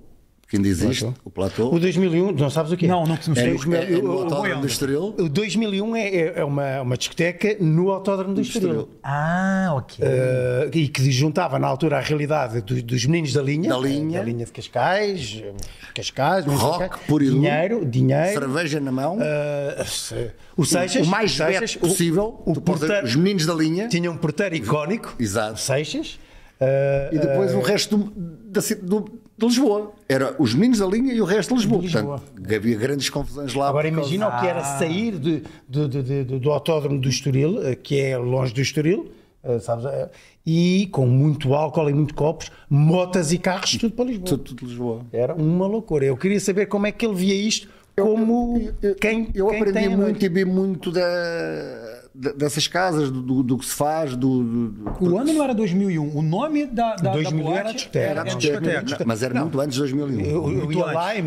que ainda existe, o Platô. O 2001, não sabes o que é? Não, não costumo saber. É, É- o- é, é no o- o- Autódromo Goiânia. do Estoril. O 2001 é, é- é uma, uma discoteca no Autódromo do Estoril. Ah, ok. Eh, e que juntava na altura a realidade do- dos meninos da linha, Da linha. eh, de Cascais, eh, Cascais, meninos de Rock Cascais, puro e duro. dinheiro, dinheiro. Cerveja na mão, eh, se- o Seixas, o mais Seixas, direto o- possível. o tu podes- porteiro- os meninos da linha tinha um porteiro icónico, Exato. Seixas. eh, e depois o resto do- da, ci- do- de Lisboa. Era os meninos da linha e o resto de Lisboa. Lisboa. Portanto, havia grandes confusões lá. Agora por causa- Ah. imagina o que era sair de- de- de- de- de- do autódromo do Estoril, eh, que é longe do Estoril, eh, sabes? eh, E com muito álcool e muito copos, motas e carros, tudo para Lisboa. Tudo, tudo de Lisboa. Era uma loucura. Eu queria saber como é que ele via isto, como quem, Eu quem aprendi tem a muito noite. e vi muito da- da- dessas casas, do, do- do que se faz, do. do- do- O ano não era 2001. O nome da, da, 2000 da boate era é discoteca. Era um Era discoteca, discoteca. não, mas era muito antes de 2001. Eu, eu Muito ia antes. lá em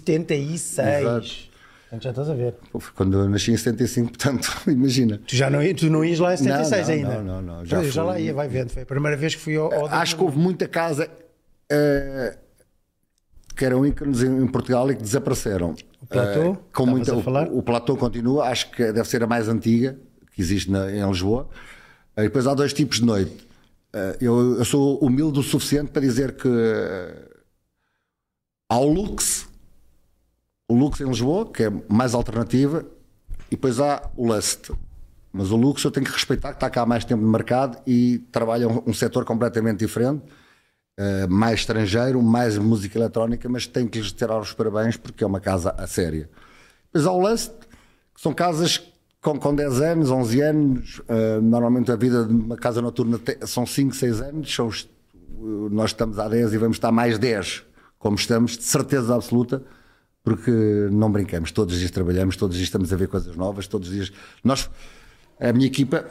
1976. Exato. Portanto, já estás a ver. Pô, foi Quando eu nasci em 75, portanto, imagina. Tu já não, ia- tu não ias lá em 76 não, ainda? não, não, não, já Já, já fui. lá ia, vai vendo. Foi a primeira vez que fui ao. ao Acho que houve muita casa eh, que eram ícones em, em Portugal e que desapareceram. O Platô, eh, com estavas muita, a falar? O, o Platô continua, acho que deve ser a mais antiga que existe na- em Lisboa. Eh, e depois há dois tipos de noite. Eh, eu, eu sou humilde o suficiente para dizer que eh, há o Lux, o Lux em Lisboa, que é mais alternativa, e depois há o Lust. Mas o Lux eu tenho que respeitar, que está cá há mais tempo no mercado e trabalha um, um setor completamente diferente, eh, mais estrangeiro, mais música eletrónica, mas tenho que lhes tirar os parabéns porque é uma casa a séria. Depois há o Lust, que são casas com, com 10 anos, 11 anos, eh, normalmente a vida de uma casa noturna te- são 5, 6 anos, são os- nós estamos há 10 e vamos estar mais 10, como estamos, de certeza absoluta, porque não brincamos, todos os dias trabalhamos, todos os dias estamos a ver coisas novas, todos os dias. Nós, a minha equipa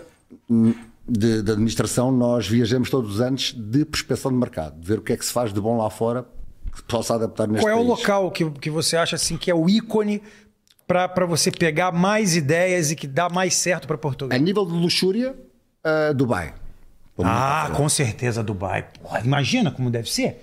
hum, de, de administração, nós viajamos todos os anos de prospecção de mercado, de ver o que é que se faz de bom lá fora que possa adaptar neste Qual é o país. local que, que você acha assim que é o ícone para você pegar mais ideias e que dá mais certo para Portugal? A nível de luxúria, ah, Dubai. Ah, com certeza Dubai. Porra, imagina como deve ser.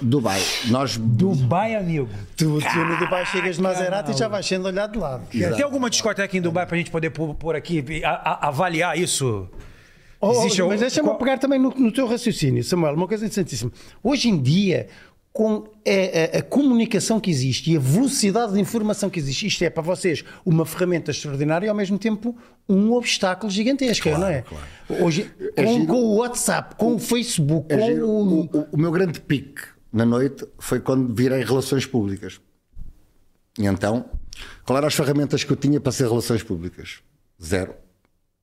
Dubai. Nós. Dubai, amigo. Tu, tu no Dubai chegas de Maserati e já vais sendo olhado de lado. Tem alguma discoteca em Dubai pra gente poder pôr, pôr aqui e a- a- avaliar isso? Oh, Existe mas algum- deixa-me qual- pegar também no, no teu raciocínio, Samuel, uma coisa interessantíssima. Hoje em dia, com é, a, a- a comunicação que existe e a velocidade de informação que existe, isto é para vocês uma ferramenta extraordinária e ao mesmo tempo um obstáculo gigantesco, não é? Hoje, É com, giro. com o WhatsApp, com o Facebook, com é giro. o. O, o meu grande pique na noite foi quando virei relações públicas. E então, qual eram as ferramentas que eu tinha para ser relações públicas? Zero.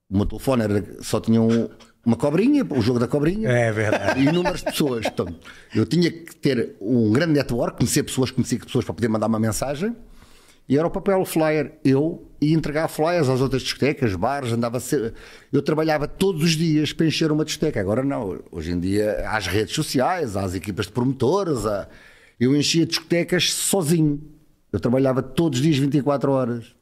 O meu telefone era, só tinha um- uma cobrinha, o jogo da cobrinha. É verdade. e inúmeras pessoas. Portanto, eu tinha que ter um grande network, conhecer pessoas, conhecer pessoas para poder mandar uma mensagem. E era o papel o flyer, eu, e entregar flyers às outras discotecas, bares, andava a ser... Eu trabalhava todos os dias para encher uma discoteca. Agora não, hoje em dia há as redes sociais, há as equipas de promotores, há... eu enchia discotecas sozinho. Eu trabalhava todos os dias 24 horas.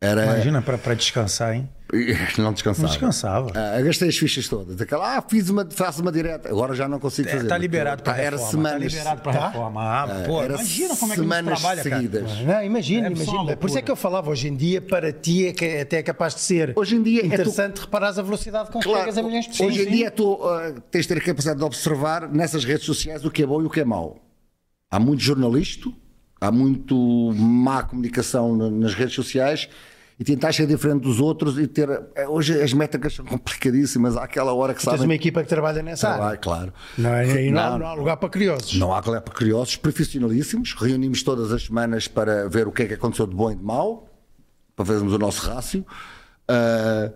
Era... Imagina pra, pra descansar, hein? Não descansava. Não descansava. Tá Ah, eu gastei as fichas todas. Aquela, ah, fiz uma, faço uma direta. Agora já não consigo fazer. tá liberado pra Ah, Era reforma. Tá semanas. liberado pra Tá? reforma. Ah, pô, era imagina como é que a gente semanas trabalha, cara. seguidas. Não, imagina, É só uma imagina. Por loucura. isso é que eu falava hoje em dia, para ti é que é até capaz de ser Hoje em dia é tu- interessante reparares a velocidade com que chegas a milhões de pessoas. hoje em dia tu ah, tens de ter a capacidade de observar nessas redes sociais o que é bom e o que é mau. Há muito jornalista, há muito má comunicação na- nas redes sociais e tentar ser diferente dos outros e ter. eh, Hoje as métricas são complicadíssimas, há aquela hora que Tens uma sabem. equipa que trabalha nessa Ah, área. claro. Não, é, e não, Não. não há lugar para curiosos. Não há claro para curiosos, profissionalíssimos. Reunimos todas as semanas para ver o que é que aconteceu de bom e de mau, para fazermos o nosso rácio. Ah,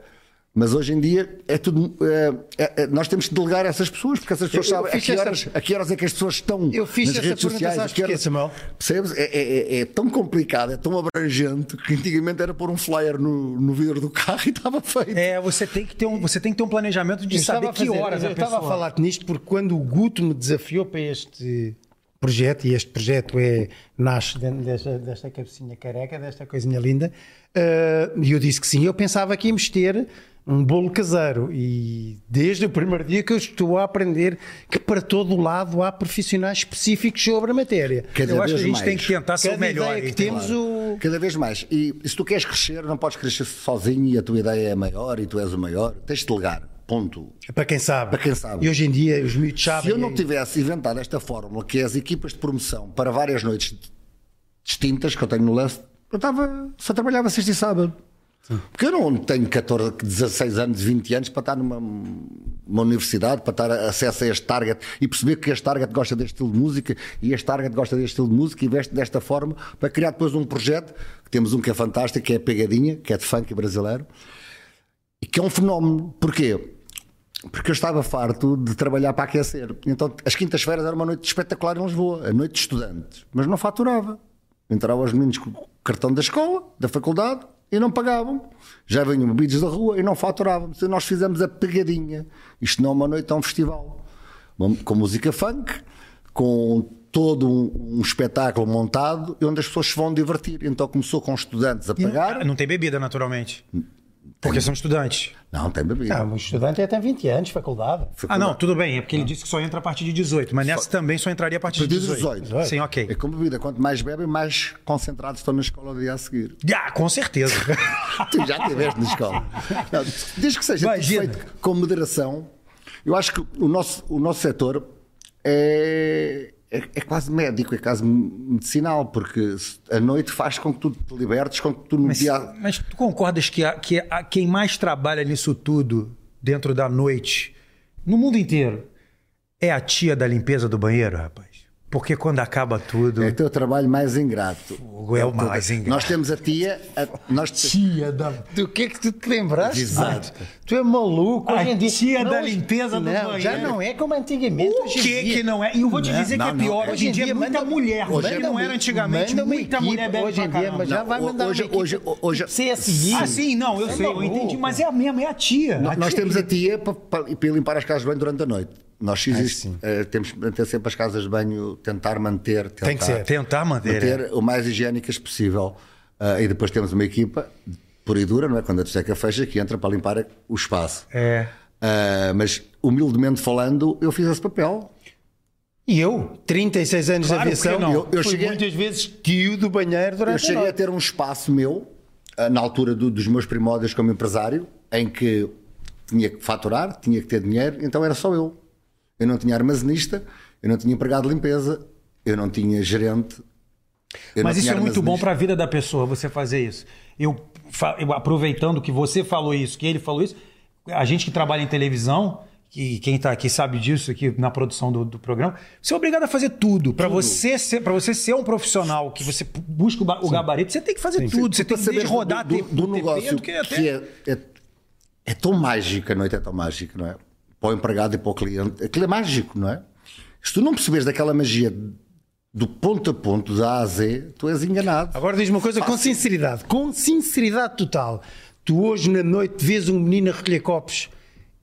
mas hoje em dia é tudo. eh, é- é- nós temos que delegar essas pessoas, porque essas pessoas Eu- eu sabem a fiz que, essa- horas, a que horas é que as pessoas estão Eu fiz nas essa redes pergunta, sociais. a sabes que horas- porquê, Samuel? Percebes? É, é- é- é tão complicado, é tão abrangente que antigamente era pôr um flyer no, no vidro do carro e estava feito. É, você tem que ter um, você tem que ter um planejamento de Eu saber estava a que fazer- horas eu a pessoa... estava a falar-te nisto porque quando o Guto me desafiou para este projeto, e este projeto é, nasce dentro desta, desta cabecinha careca, desta coisinha linda, eh, e eu disse que sim, eu pensava que íamos ter um bolo caseiro e desde o primeiro dia que eu estou a aprender que para todo o lado há profissionais específicos sobre a matéria. Cada Eu acho que a vez gente mais. tem que tentar ser o Cada melhor. ideia que então. temos o... Cada vez mais. E se tu queres crescer, não podes crescer sozinho e a tua ideia é maior e tu és o maior. Tens de delegar. Ponto. Para quem sabe. Para quem sabe. E hoje em dia os miúdos sabem. Se eu não e- tivesse inventado esta fórmula, que é as equipas de promoção para várias noites distintas que eu tenho no lance, eu estava, só trabalhava sexta e sábado. Porque eu não tenho 14, 16 anos, 20 anos para estar numa uma universidade, para estar acesso a este target e perceber que este target gosta deste estilo de música e este target gosta deste estilo de música e veste desta forma para criar depois um projeto, que temos um que é fantástico, que é a Pegadinha, que é de funk brasileiro, e que é um fenómeno. Porquê? Porque eu estava farto de trabalhar para aquecer. Então, as quintas-feiras era uma noite espetacular em Lisboa, a noite de estudantes, mas não faturava. Entravam os meninos com o cartão da escola, da faculdade, e não pagavam. Já vinham bebidos da rua e não faturavam. Então, nós fizemos a pegadinha. Isto não é uma noite, é um festival. Uma- Com música funk, com todo um, um espetáculo montado, e onde as pessoas se vão divertir. Então, começou com os estudantes a pagar. Ah, Não tem bebida, naturalmente. Porque são estudantes. Não, tem Ah, bebida. um estudante até tem 20 anos, faculdade. Ah, não, tudo bem. É porque ele disse que só entra a partir de 18. Mas nessa também só entraria a partir de Perdido 18. 18. Sim, ok. É como bebida, quanto mais bebem, mais concentrados estão na escola do dia a seguir. Ah, com certeza. Tu já estiveste na escola. Não, desde que seja tudo Imagina. feito com moderação, eu acho que o nosso, o nosso setor é, é, é quase médico, é quase medicinal, porque se- a noite faz com que tu te libertes, com que tu no mas, dia. mas tu concordas que, a- que a- quem mais trabalha nisso tudo, dentro da noite, no mundo inteiro, é a tia da limpeza do banheiro, rapaz? Porque quando acaba tudo, É o teu trabalho mais ingrato. é o mais ingrato. Nós temos a tia. a- nós te- Tia da. Do que é que tu te lembraste? Exato. mano? Tu é maluco. A hoje em dia. tia da hoje- limpeza do não, Já banheiro. não é como antigamente. O hoje em que dia. que não é? E eu vou te Não, dizer não, que é não. pior. Hoje em dia, manda- muita mulher. né? hoje Hoje em que dia não era antigamente, manda uma muita equipa mulher bebe Hoje em pra dia, mas caramba. já vai Não, mandar hoje- uma é hoje- equipa hoje- de CSI. Ah, sim, não, eu Você é sei, eu maluco. entendi, mas é a mesma, é a tia. No- A Nós tia temos a tia para, limpar as casas de banho durante a noite. Nós Ah, se existe, eh, temos que manter sempre as casas de banho, tentar manter, tentar, Tem que ser. Tentar manter. é. manter o mais higiênicas possível. Ah, e depois temos uma equipa pura e dura, não é? Quando a discoteca fecha, que entra para limpar o espaço. É. Ah, mas humildemente falando, eu fiz esse papel. E eu, 36 anos Claro, de aviação, porque não? Eu- eu fui cheguei- muitas vezes tio do banheiro Eu durante a cheguei a noite. ter um espaço meu, ah, na altura do- dos meus primórdios como empresário, em que tinha que faturar, tinha que ter dinheiro, então era só eu. Eu não tinha armazenista, eu não tinha empregado de limpeza, eu não tinha gerente. eu não Mas isso tinha é muito bom armazenista. para a vida da pessoa, você fazer isso. Eu, fa- eu, aproveitando que você falou isso, que ele falou isso, a gente que trabalha em televisão, que quem tá aqui sabe disso aqui na produção do, do programa, você é obrigado a fazer tudo. Para você ser, para você ser um profissional que você busca o, ba- o gabarito, você tem que fazer tudo, você tem Para que saber desde rodar tá do, T- do, do TP, negócio do que, que até- é, é, é tão mágico, a noite é tão mágica, não é? Para o empregado e para o cliente, aquilo é mágico, não é? Se tu não percebes daquela magia do ponto a ponto, da A a Z, tu és enganado. Agora diz-me uma coisa com sinceridade, com sinceridade total. Tu hoje na noite vês um menino a recolher copos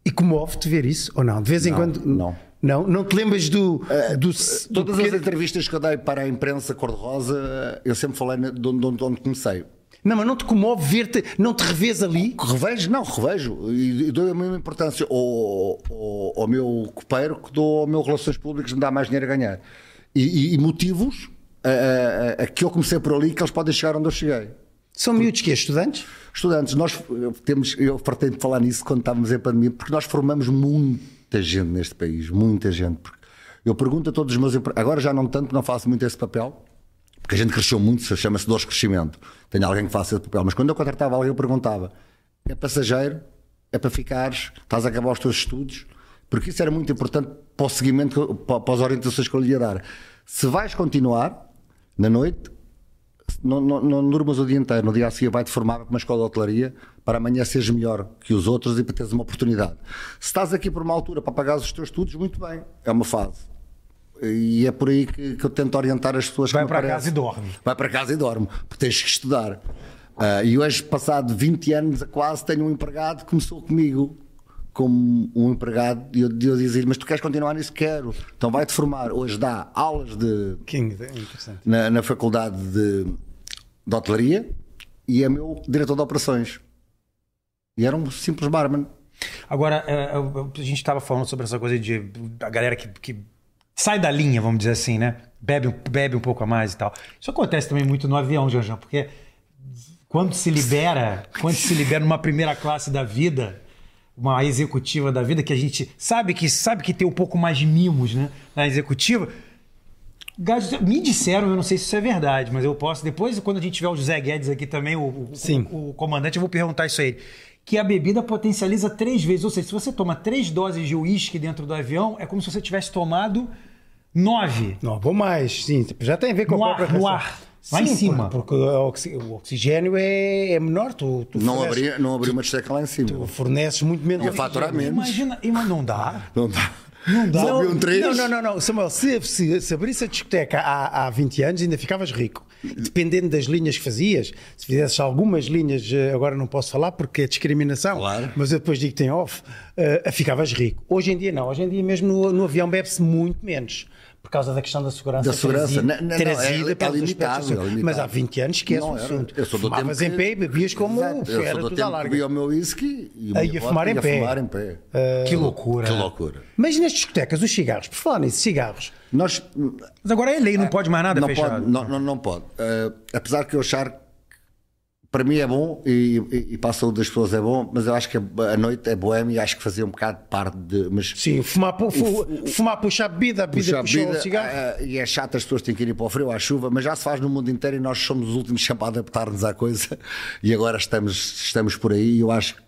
e comove-te ver isso ou não? De vez em quando. não. Eh, Não, não te lembras do. do, do Todas as pequeno- entrevistas que eu dei para a imprensa cor-de-rosa, eu sempre falei na- de onde, de onde- de onde comecei. Não, mas não te comove ver-te, não te revês ali. Revejo? Não, revejo. E, e dou a mesma importância ao, ao, ao meu copeiro que dou ao meu Relações Públicas, me dá mais dinheiro a ganhar. E, e- e motivos a, a- a- a que eu comecei por ali que eles podem chegar onde eu cheguei. São miúdos que é estudantes? Estudantes, nós eh, temos, eu fartei de falar nisso quando estávamos em pandemia, porque nós formamos muita gente neste país, muita gente. Porque Eu pergunto a todos os meus empre- agora já não tanto, não faço muito esse papel, Porque a gente cresceu muito, se chama-se dores de crescimento. Tenho alguém que faça esse papel. Mas quando eu contratava alguém, eu perguntava: é passageiro? É para ficares? Estás a acabar os teus estudos? Porque isso era muito importante para o seguimento, que eu- para para as orientações que eu lhe ia dar. Se vais continuar na noite, não, não, não durmas o dia inteiro, no dia a seguir vai-te formar para uma escola de hotelaria para amanhã seres melhor que os outros e para teres uma oportunidade. Se estás aqui por uma altura para pagar os teus estudos, muito bem, é uma fase. E é por aí que, que eu tento orientar as pessoas Vai que me para aparecem. casa e dorme. Vai para casa e dorme, porque tens que estudar. Ah, e hoje, passado 20 anos a quase, tenho um empregado que começou comigo como um empregado e eu, eu dizia-lhe, mas tu queres continuar nisso? Quero. Então vai-te formar. Hoje dá aulas de King, é interessante. na, na faculdade de, de hotelaria e é meu diretor de operações. E era um simples barman. Agora, é, eu- eu- a gente estava falando sobre essa coisa de a galera que, que sai da linha, vamos dizer assim, né? Bebe, um- bebe um pouco a mais e tal. Isso acontece também muito no avião, Janjão, porque quando se libera, quando se libera numa primeira classe da vida, uma executiva da vida, que a gente sabe que sabe que tem um pouco mais de mimos, né? Na executiva. Gás- Me disseram, eu não sei se isso é verdade, mas eu posso. Depois, quando a gente tiver o José Guedes aqui também, o, o- Sim. o, comandante, eu vou perguntar isso a ele. Que a bebida potencializa três vezes. Ou seja, se você toma três doses de uísque dentro do avião, é como se você tivesse tomado nove. Não, vou mais, sim. Já tem a ver com No a ar, própria no ração. ar, lá em Sim, cima. por- Porque o oxi- o oxigênio é, é menor, tu, tu Não forneces- abri, não abri uma discoteca lá em cima. tu forneces muito menos Ia faturar oxigênio. menos. Imagina, ima- não dá. Não dá. Não dá. Só viam um três. Não, não, não, não. Samuel, se, se, se abrisse a discoteca há, há 20 anos, ainda ficavas rico. Dependendo das linhas que fazias, se fizesses algumas linhas, eh, agora não posso falar porque é discriminação, Claro. mas eu depois digo que tem off, eh, ficavas rico. Hoje em dia não, hoje em dia mesmo no, no avião bebe-se muito menos. Por causa da questão da segurança. Da segurança. trazi- Não, não, não, é- Trazida é pelos limitável, aspectos da segurança. é limitável. Mas há 20 anos esquece Não o era. assunto. Eu sou do Fumavas tempo em que- pé e bebias como Exato. Eu era sou tudo do à tempo que larga. bebia o meu whisky e o Ah, meu ia vodka, fumar em ia pé. Ah, fumar em pé. Que loucura. Que loucura. Mas nas discotecas, os cigarros, por falar nisso, cigarros, Nós, Mas agora é lei, não pode mais nada não fechado. Pode, não, não, não pode. Eh, apesar que eu achar que para mim é bom e, e, e para a saúde das pessoas é bom, mas eu acho que a, a noite é boêmia e acho que fazia um bocado de parte de. Mas Sim, fumar, pu- fu- fumar puxar bebida, a bebida puxa puxar, a bebida, o cigarro. ah, e é chato, as pessoas têm que ir para o frio, à chuva, mas já se faz no mundo inteiro e nós somos os últimos sempre a adaptar-nos à coisa e agora estamos, estamos por aí. e Eu acho que,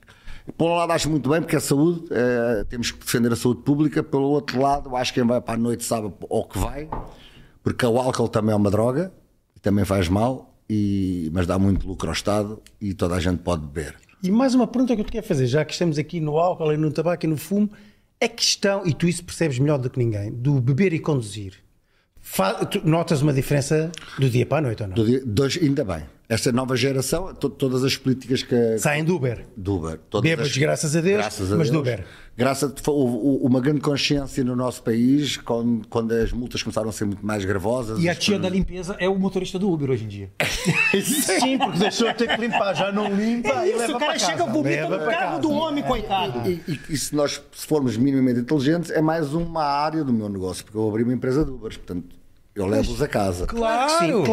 por um lado, acho muito bem, porque a saúde, eh, temos que defender a saúde pública, pelo outro lado, acho que quem vai para a noite sabe ao que vai, porque o álcool também é uma droga, também faz mal, e, mas dá muito lucro ao Estado e toda a gente pode beber. E mais uma pergunta que eu te quero fazer, já que estamos aqui no álcool e no tabaco e no fumo, a questão, e tu isso percebes melhor do que ninguém, do beber e conduzir. Fa- tu notas uma diferença do dia para a noite ou não? Do dia- Dois, ainda bem, esta nova geração, to- todas as políticas que, a- Saem do Uber. do Uber. Todas Bêbados, as- graças a Deus, Graças a mas do Deus. Uber. Graças a houve houve uma grande consciência no nosso país quando, quando as multas começaram a ser muito mais gravosas. E a as tia da coisas- limpeza é o motorista do Uber hoje em dia. Sim, porque deixou de ter que limpar, já não limpa É isso, o cara chega, vomita no carro do homem, coitado. E, e- e se nós se formos minimamente inteligentes, é mais uma área do meu negócio, porque eu abri uma empresa de Ubers, portanto, eu levo-os a casa. Claro, claro, que sim.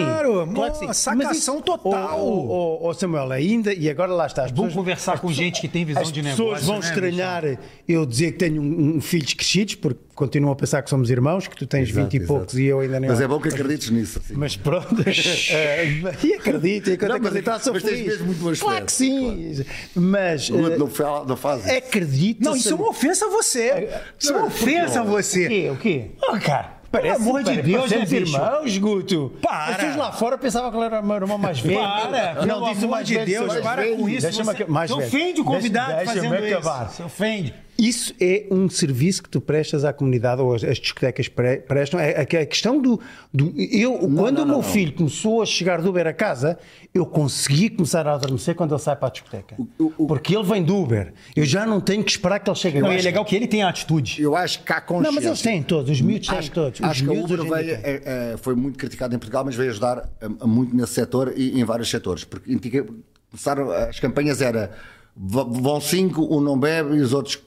claro, Claro que sim. sacação Mas isso- total. Ô ô, ô, Samuel, ainda, e agora lá está. As Vamos pessoas- conversar com gente que tem visão As de pessoas negócio. vão né, estranhar eu dizer que tenho um, um filhos crescidos, porque continuam a pensar que somos irmãos, que tu tens Exato, vinte e exato. poucos e eu ainda nem. Mas é bom que acredites nisso. assim. Mas pronto, eh, e acredito, e quando Não, mas- então, acreditar sou mas tens feliz. mesmo muito bom claro que aspecto, sim, mas O outro eh, não, é fa- não faz isso. acredito. Não, isso é uma ofensa a você. Isso é uma ofensa a O você. quê? O quê? Pô, cara, pelo Parece- amor de pare- Deus, né, parecemos bicho? irmãos, Guto. Para. As pessoas lá fora pensavam que ele era o meu irmão mais velho. Para, pelo disse o amor mais de velho, Deus, sou mais para velho. com isso. Deixa-me você- ac- mais você velho. ofende o convidado Deixa- deixa-me fazendo acabar. isso. Você ofende. Isso é um serviço que tu prestas à comunidade, ou as, as discotecas pre- prestam. É, é que a questão do. do- eu, quando o meu filho começou a chegar do Uber a casa, eu consegui começar a adormecer quando ele sai para a discoteca. Porque ele vem do Uber. Eu já não tenho que esperar que ele chegue Não, lá. e é legal que ele tenha atitude. Eu acho que há consciência. Não, mas eles têm todos, os miúdos têm acho, todos. Os acho que a miúdos Uber hoje em dia veio, têm. eh, eh, foi muito criticada em Portugal, mas veio ajudar eh, muito nesse setor e em vários setores. Porque indica- começaram eh, as campanhas era v- vão cinco, um não bebe e os outros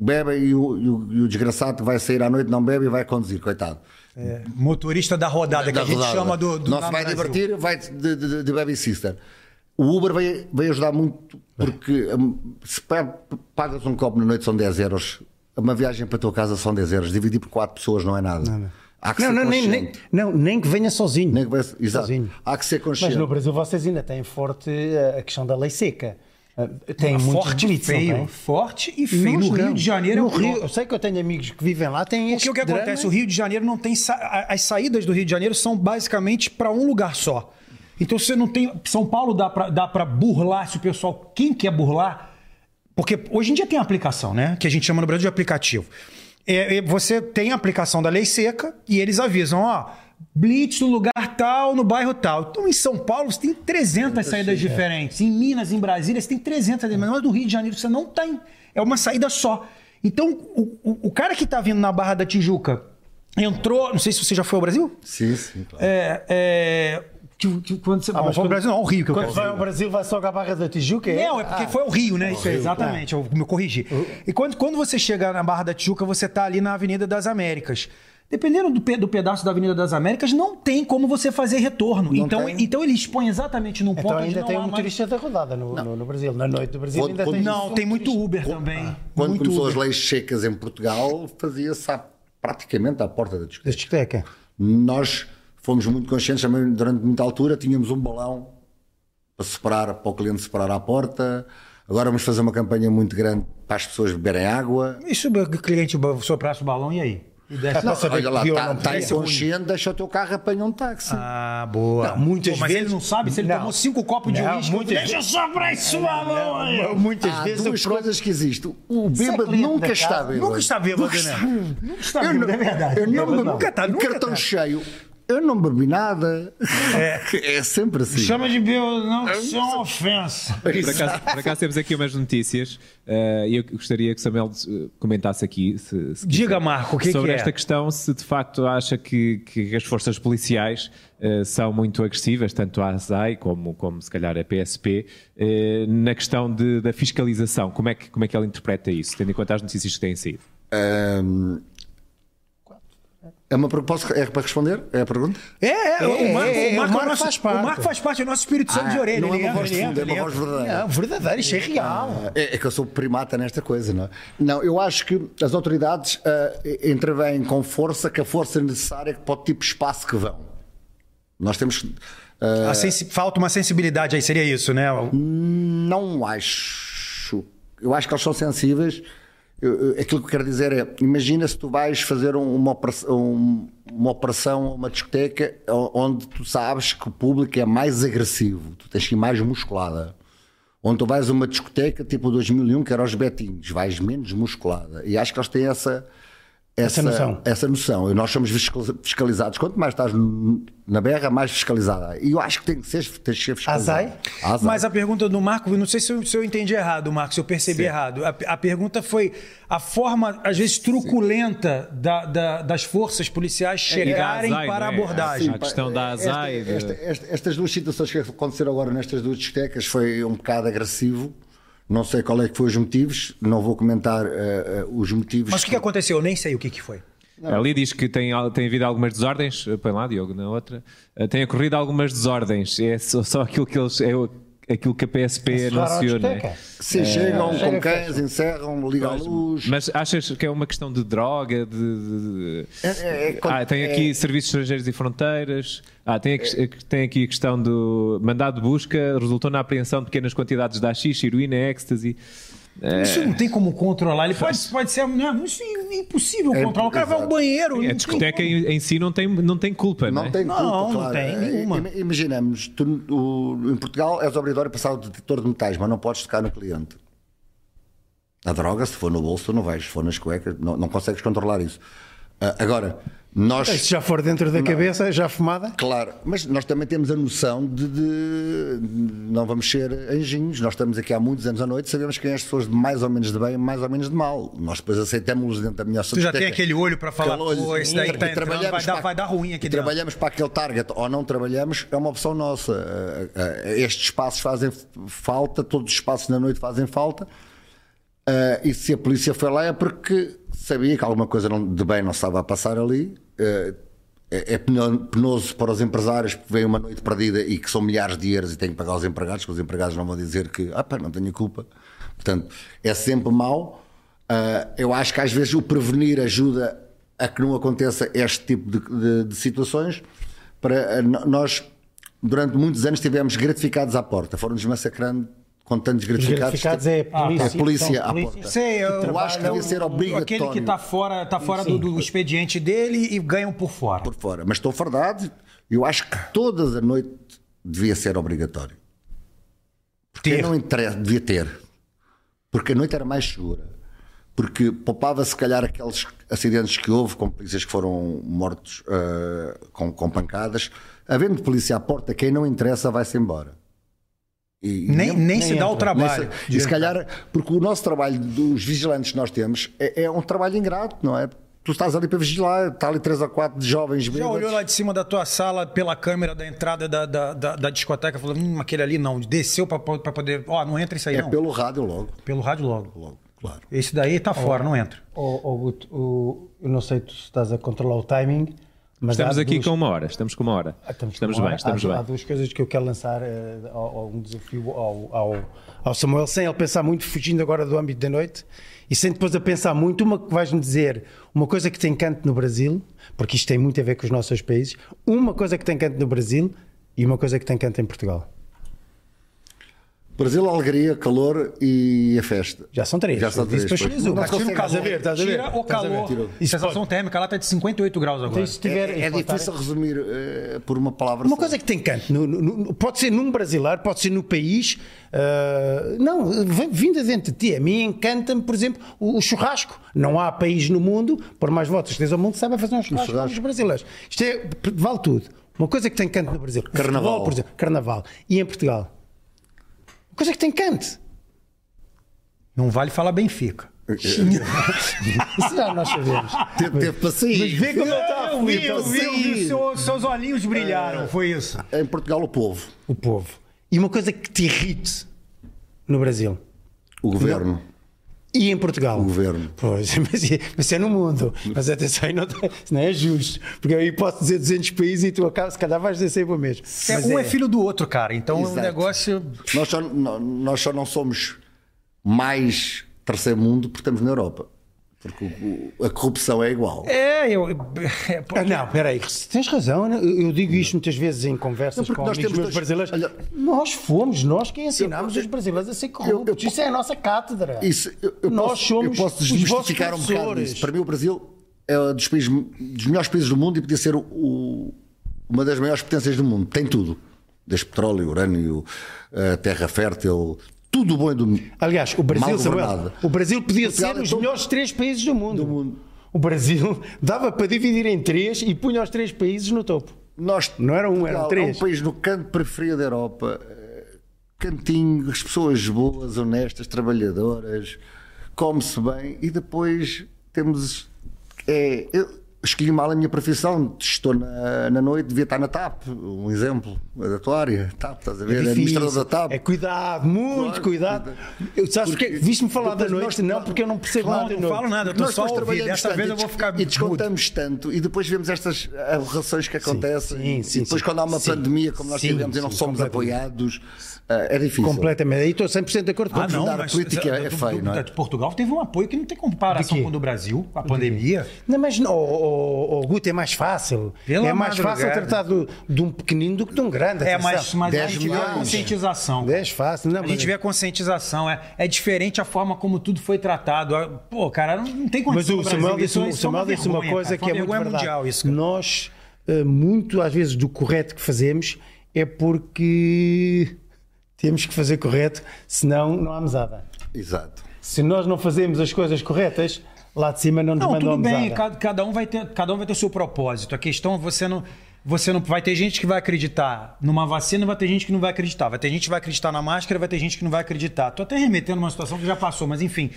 bebem e o, e o- e o desgraçado que vai sair à noite não bebe e vai conduzir, coitado. Motorista da rodada, É que Da a gente rodada. é chama do. do não da se vai Brasil. divertir, vai de, de, de- de baby sister. O Uber veio, veio ajudar muito porque hum, se pa- pagas um copo na noite são 10 euros, uma viagem para a tua casa são 10 euros, dividir por 4 pessoas não é nada. Há que Não, ser não, nem, nem, consciente. não, nem que venha sozinho. Nem que vai- Exato. Sozinho. Há que ser consciente. Mas no Brasil vocês ainda têm forte eh, a questão da lei seca. Eh, Tem muitos forte delitos, e não feio. tem? Forte e feio. Nós no Rio não. de Janeiro No é o pior. Rio, eu sei que eu tenho amigos que vivem lá, tem Porque este o que drama. acontece? O Rio de Janeiro não tem. sa- a- As saídas do Rio de Janeiro são basicamente para um lugar só. Então você não tem. São Paulo dá para dá pra burlar se o pessoal. Quem quer burlar? Porque hoje em dia tem aplicação, né? Que a gente chama no Brasil de aplicativo. É, é, você tem a aplicação da lei seca e eles avisam, ó. Blitz no lugar tal, no bairro tal. Então, em São Paulo, você tem 300 saídas diferentes. Em Minas, em Brasília, você tem 300 saídas. Mas no Rio de Janeiro, você não tem. É uma saída só. Então, o, o- o cara que tá vindo na Barra da Tijuca entrou. Não sei se você já foi ao Brasil? Sim, sim, claro. É. é que- que- quando você. Ah, mas foi ao quando- Brasil, não, ao Rio que eu Quando quero vai dizer. ao Brasil, vai só com a Barra da Tijuca? é? Não, é porque Ah, é. foi o Rio, né? Isso, exatamente, eu me corrigi. E quando, quando você chega na Barra da Tijuca, você tá ali na Avenida das Américas. Dependendo do, pe- do pedaço da Avenida das Américas, não tem como você fazer retorno. Então, tem. então ele expõe exatamente num ponto Então onde ainda não tem há um mais- motorista da rodada no, no, no Brasil. Na É, noite do Brasil Quando- ainda quando- tem. Não, tem muito Uber também. Quando muito começou Uber. as leis secas em Portugal, fazia-se à- praticamente à porta da discoteca. Da discoteca. Nós fomos muito conscientes também durante muita altura, tínhamos um balão para separar, para o cliente separar à porta. Agora vamos fazer uma campanha muito grande para as pessoas beberem água. E se o cliente ba- soprasse o balão, e aí? E desce- É para saber Olha lá, que viu ou está não tá podia. inconsciente, deixa o teu carro apanha um táxi. Ah, boa. Não, muitas Pô, mas vezes- ele não sabe se ele Não. tomou cinco copos de Não, uísque. muitas Deixa eu vezes- sobrar esse balão aí. Não, Muitas Há vezes Ah, duas o próprio- coisas que existem. O Se é bêbado cliente nunca da está casa, bêbado. Nunca está bêbado, Nunca né? está. Nunca está Eu bêbado, não- é verdade. Eu não, Nunca nunca, tá, nunca cartão tá. cheio. Eu não bebi nada. É, sempre assim. Chama de bêbado, não, que isso é uma ofensa. Por acaso, por acaso temos aqui umas notícias eh, e eu gostaria que o Samuel eh, comentasse aqui. se- se Diga, quiser, Marco, o que é Sobre que é? esta questão, se de facto acha que, que as forças policiais eh, são muito agressivas, tanto a ASAI como, como se calhar a PSP, eh, na questão de- da fiscalização. Como é, que, como é que ela interpreta isso, tendo em conta as notícias que têm saído? É uma proposta. É para responder? É a pergunta? É, é, o Marco, é, é, o Marco, é o nosso, faz faz parte. Ah, o Marco faz parte do nosso espírito santo de orelha. não é ele uma voz de ele fundo, é uma voz verdadeira. Não, verdadeiro, isto é real. É, é que eu sou primata nesta coisa, não é? Não, eu acho que as autoridades ah, intervêm com força, que a força necessária para o tipo de espaço que vão. Nós temos. que- ah, A sensi- Falta uma sensibilidade aí, seria isso, né? não acho. Eu acho que eles são sensíveis. Eu- eu- aquilo que eu quero dizer é: imagina se tu vais fazer um- uma, operação- um- uma operação a uma discoteca o- onde tu sabes que o público é mais agressivo, tu tens que ir mais musculada. Onde tu vais a uma discoteca tipo 2001, que era os Betinhos, vais menos musculada. E acho que eles têm essa. Essa, noção. essa noção. E nós somos fiscal- fiscalizados. Quanto mais estás n- na berra, mais fiscalizada. E eu acho que tem que ser, tem que ser fiscalizado. Azai? Azai. Mas a pergunta do Marco, eu não sei se eu, se eu entendi errado, Marco, se eu percebi errado. A, a pergunta foi a forma, às vezes, truculenta da- da- das forças policiais chegarem E da ASAI, para a não é? abordagem. A questão da ASAI. Esta- de- esta- esta- estas duas situações que aconteceram agora nestas duas discotecas foi um bocado agressivo. Não sei qual é que foi os motivos, não vou comentar eh, eh, os motivos. Mas o que, é que aconteceu? Eu nem sei o que, que foi. Ali diz que tem, al- tem havido algumas desordens, eh, põe lá, Diogo, na outra. Eh, Tem ocorrido algumas desordens, é só, só aquilo que eles. É o- aquilo que a é, PSP Claro, a anunciou, né? discoteca. Se chegam chega com cães, encerram, ligam a luz. Mas achas que é uma questão de droga? De, de- de- É- é- é- ah, tem aqui Serviços Estrangeiros e Fronteiras. Ah, tem, a que- tem aqui a questão do mandado de busca, resultou na apreensão de pequenas quantidades de haxixe, heroína, ecstasy. Isso não tem como controlar. Ele pode, pode ser. Não, isso é impossível controlar. O cara vai ao banheiro. não A tem discoteca como. É, em, em si não tem, não tem culpa, não, Não é? tem culpa, Não, não claro. tem Eh, nenhuma. im- Imaginamos, tu, o- em Portugal és obrigatório passar o detector de metais, mas não podes tocar no cliente. A droga, se for no bolso, tu não vais, se for nas cuecas, não, não consegues controlar isso. Ah, agora, nós. Se já for dentro da cabeça, já fumada. Claro, mas nós também temos a noção de, de- não vamos ser anjinhos. Nós estamos aqui há muitos anos à noite, sabemos quem é as pessoas de mais ou menos de bem e mais ou menos de mal. Nós depois aceitamos-los dentro da melhor Tu já tem aquele olho para falar, pô, esse daí tá entrando, vai dar, vai dar ruim aqui dentro. Trabalhamos para aquele target ou não trabalhamos, é uma opção nossa. Ah, ah, Estes espaços fazem f- falta, todos os espaços na noite fazem falta. Ah, e se a polícia foi lá é porque sabia que alguma coisa não- de bem não estava a passar ali. Ah, é é peno- penoso para os empresários porque vem uma noite perdida e que são milhares de euros e têm que pagar os empregados, que os empregados não vão dizer que ah, pá, não tenho culpa. Eh, Portanto, é sempre mau. Ah, eu acho que às vezes o prevenir ajuda a a que não aconteça este tipo de, de- de situações. Para, eh, no- nós, durante muitos anos, tivemos gratificados à porta, foram-nos massacrando com tantos gratificados. gratificados é a Ah, polícia. polícia São à polícia. porta. Sei, então, eu, é um Eu acho que devia ser obrigatório. Aquele que está fora, tá fora do, do expediente dele e ganham por fora. por fora. Mas estou fardado. Eu acho que todas a noite devia ser obrigatório. Porque não interessa, devia ter. Porque a noite era mais segura. Porque poupava se calhar aqueles acidentes que houve com polícias que foram mortos ah, com, com pancadas. Havendo polícia à porta, quem não interessa vai-se embora. E- Nem, nem, se dá o nem trabalho. se- E se calhar, porque o nosso trabalho dos vigilantes que nós temos é, é um trabalho ingrato, não é? Tu estás ali para vigilar, está ali três ou quatro de jovens Já bêbados. olhou lá de cima da tua sala pela câmera da entrada da, da, da, da discoteca e falou: hum, aquele ali não, desceu pra pra poder. Ó, não entra isso aí, É não. Pelo... pelo rádio logo, rádio logo. logo, claro. Esse daí tá fora, não entra. Ó, ó, Guto, o- eu não sei tu se estás a controlar o timing, mas Estamos há aqui duas- com uma hora, estamos com uma hora. Ah, Estamos, com uma bem, hora. estamos há, bem. Há duas coisas que eu quero lançar eh, ao, ao- um desafio ao, ao, ao Samuel, sem ele pensar muito, fugindo agora do âmbito da noite, e sem depois a pensar muito. Uma que vais-me dizer, uma coisa que tem canto no Brasil, porque isto tem muito a ver com os nossos países, uma coisa que tem canto no Brasil e uma coisa que tem canto em Portugal. Brasil, alegria, calor e a festa. Já são três. Já são Eu disse três, para os pois. três, um. Não Mas consegue tira o calor. a ver, Estás a ver? Tira o Estás a ver? calor. Tirou. E sensação térmica lá tá de 58 graus agora. Então, se tiver- É, é difícil resumir eh, por uma palavra Uma só. coisa que tem canto, no- no- no- pode ser num brasileiro, pode ser no país, ah, não, vem- vinda dentro de ti. A mim encanta-me, por exemplo, o, o churrasco. Não há país no mundo, por mais votos que tens ao mundo, que saiba fazer um churrasco churrasco. os brasileiros. Isto é, vale tudo. Uma coisa que tem canto no Brasil, o Carnaval. futebol, por exemplo, carnaval. E em Portugal, uma coisa que tem canto. Não vale falar Benfica. Isso já nós sabemos. Teve, teve para sair. é Mas vê como é ele está a fugir, eu ele vi, saiu. eu vi. Seu- seus olhinhos É. brilharam, foi isso. Em Portugal, o povo, O povo. E uma coisa que te irrite no Brasil. o governo. E em Portugal? O governo. Pois, mas, é- mas é no mundo. Mas atenção, aí não, tem- isso não é justo. Porque aí posso dizer 200 países e tu acabas, se calhar vais dizer sempre o mesmo. É, Mas um é filho do outro, cara. Então o Exato. negócio. Nós, só, nó- nós só não somos mais terceiro mundo porque estamos na Europa. Porque o- o- a corrupção é igual. É, eu. é, pô, Ah, não, peraí, tens razão. né? Eu, eu digo isto muitas vezes em conversas porque com nós amigos meus temos dois- brasileiros. olha- nós fomos nós quem ensinámos os brasileiros a ser corruptos. eu- eu- isso é a nossa cátedra. Isso, eu, eu nós posso, somos eu posso os vossos desmistificar um bocado professores. isso. Para mim, o Brasil é um dos, países, dos melhores países do mundo e podia ser o- o- uma das maiores potências do mundo. Tem tudo: desde petróleo, urânio, eh, terra fértil, tudo o bom e do mundo. Aliás, o Brasil, Mal Samuel, governado. o Brasil podia Portugal ser é os tão- melhores três países do mundo. Do mundo. O Brasil dava para dividir em três e punha os três países no topo. Nós, Não era um, eram Portugal três. É um país no canto periferia da Europa, eh, cantinho, as pessoas boas, honestas, trabalhadoras, come-se bem e depois temos. É, eu escolhi mal a minha profissão, estou na, na noite, devia estar na TAP, um exemplo, da tua área, TAP, estás a ver? administrador da TAP. É cuidado, muito Claro, cuidado. Eu, sabes porque, Porque viste-me falar da depois noite? nós- não, porque eu não percebo Não, nada. da não noite. falo nada, eu tô Nós só depois ouvindo. trabalhamos Dessa tanto vez e eu vou des- ficar E mudo. descontamos tanto, e depois vemos estas aberrações que acontecem. sim, e sim, depois, sim. quando há uma Sim, pandemia como nós sim, tivemos e não sim, somos completamente. apoiados, ah, é difícil. Completamente. Aí estou 100% de acordo com Ah, não, Ajudar a mas política é do- do- feio, não é? de Portugal teve um apoio que não tem comparação De quê? com o do Brasil, a pandemia. Não, mas o oh, oh, Guto é mais fácil. Pela é mais madrugada. fácil tratar do- de um pequenino do que de um grande. É, atenção. mas, mas a 10 gente vê a milhões. conscientização. 10 fácil. Não, A mas- gente vê a conscientização, é, é diferente a forma como tudo foi tratado. Ah, Pô, cara, não, não tem Mas condição. o do Samuel Brasil. disse, Isso- o isso Samuel disse uma vergonha, coisa cara. que é Foi uma muito vergonha verdade. mundial isso, cara. Nós, eh, muito às vezes, do correto que fazemos é porque temos que fazer correto, senão não há mesada. Exato. Se nós não fazemos as coisas corretas, lá de cima não nos Não, mandam tudo a mesada. bem, cada, cada um vai ter, cada um vai ter o seu propósito. A questão é você não. Você não vai ter gente que vai acreditar numa vacina, vai ter gente que não vai acreditar. Vai ter gente que vai acreditar na máscara, vai ter gente que não vai acreditar. Tô até remetendo uma situação que já passou, mas enfim.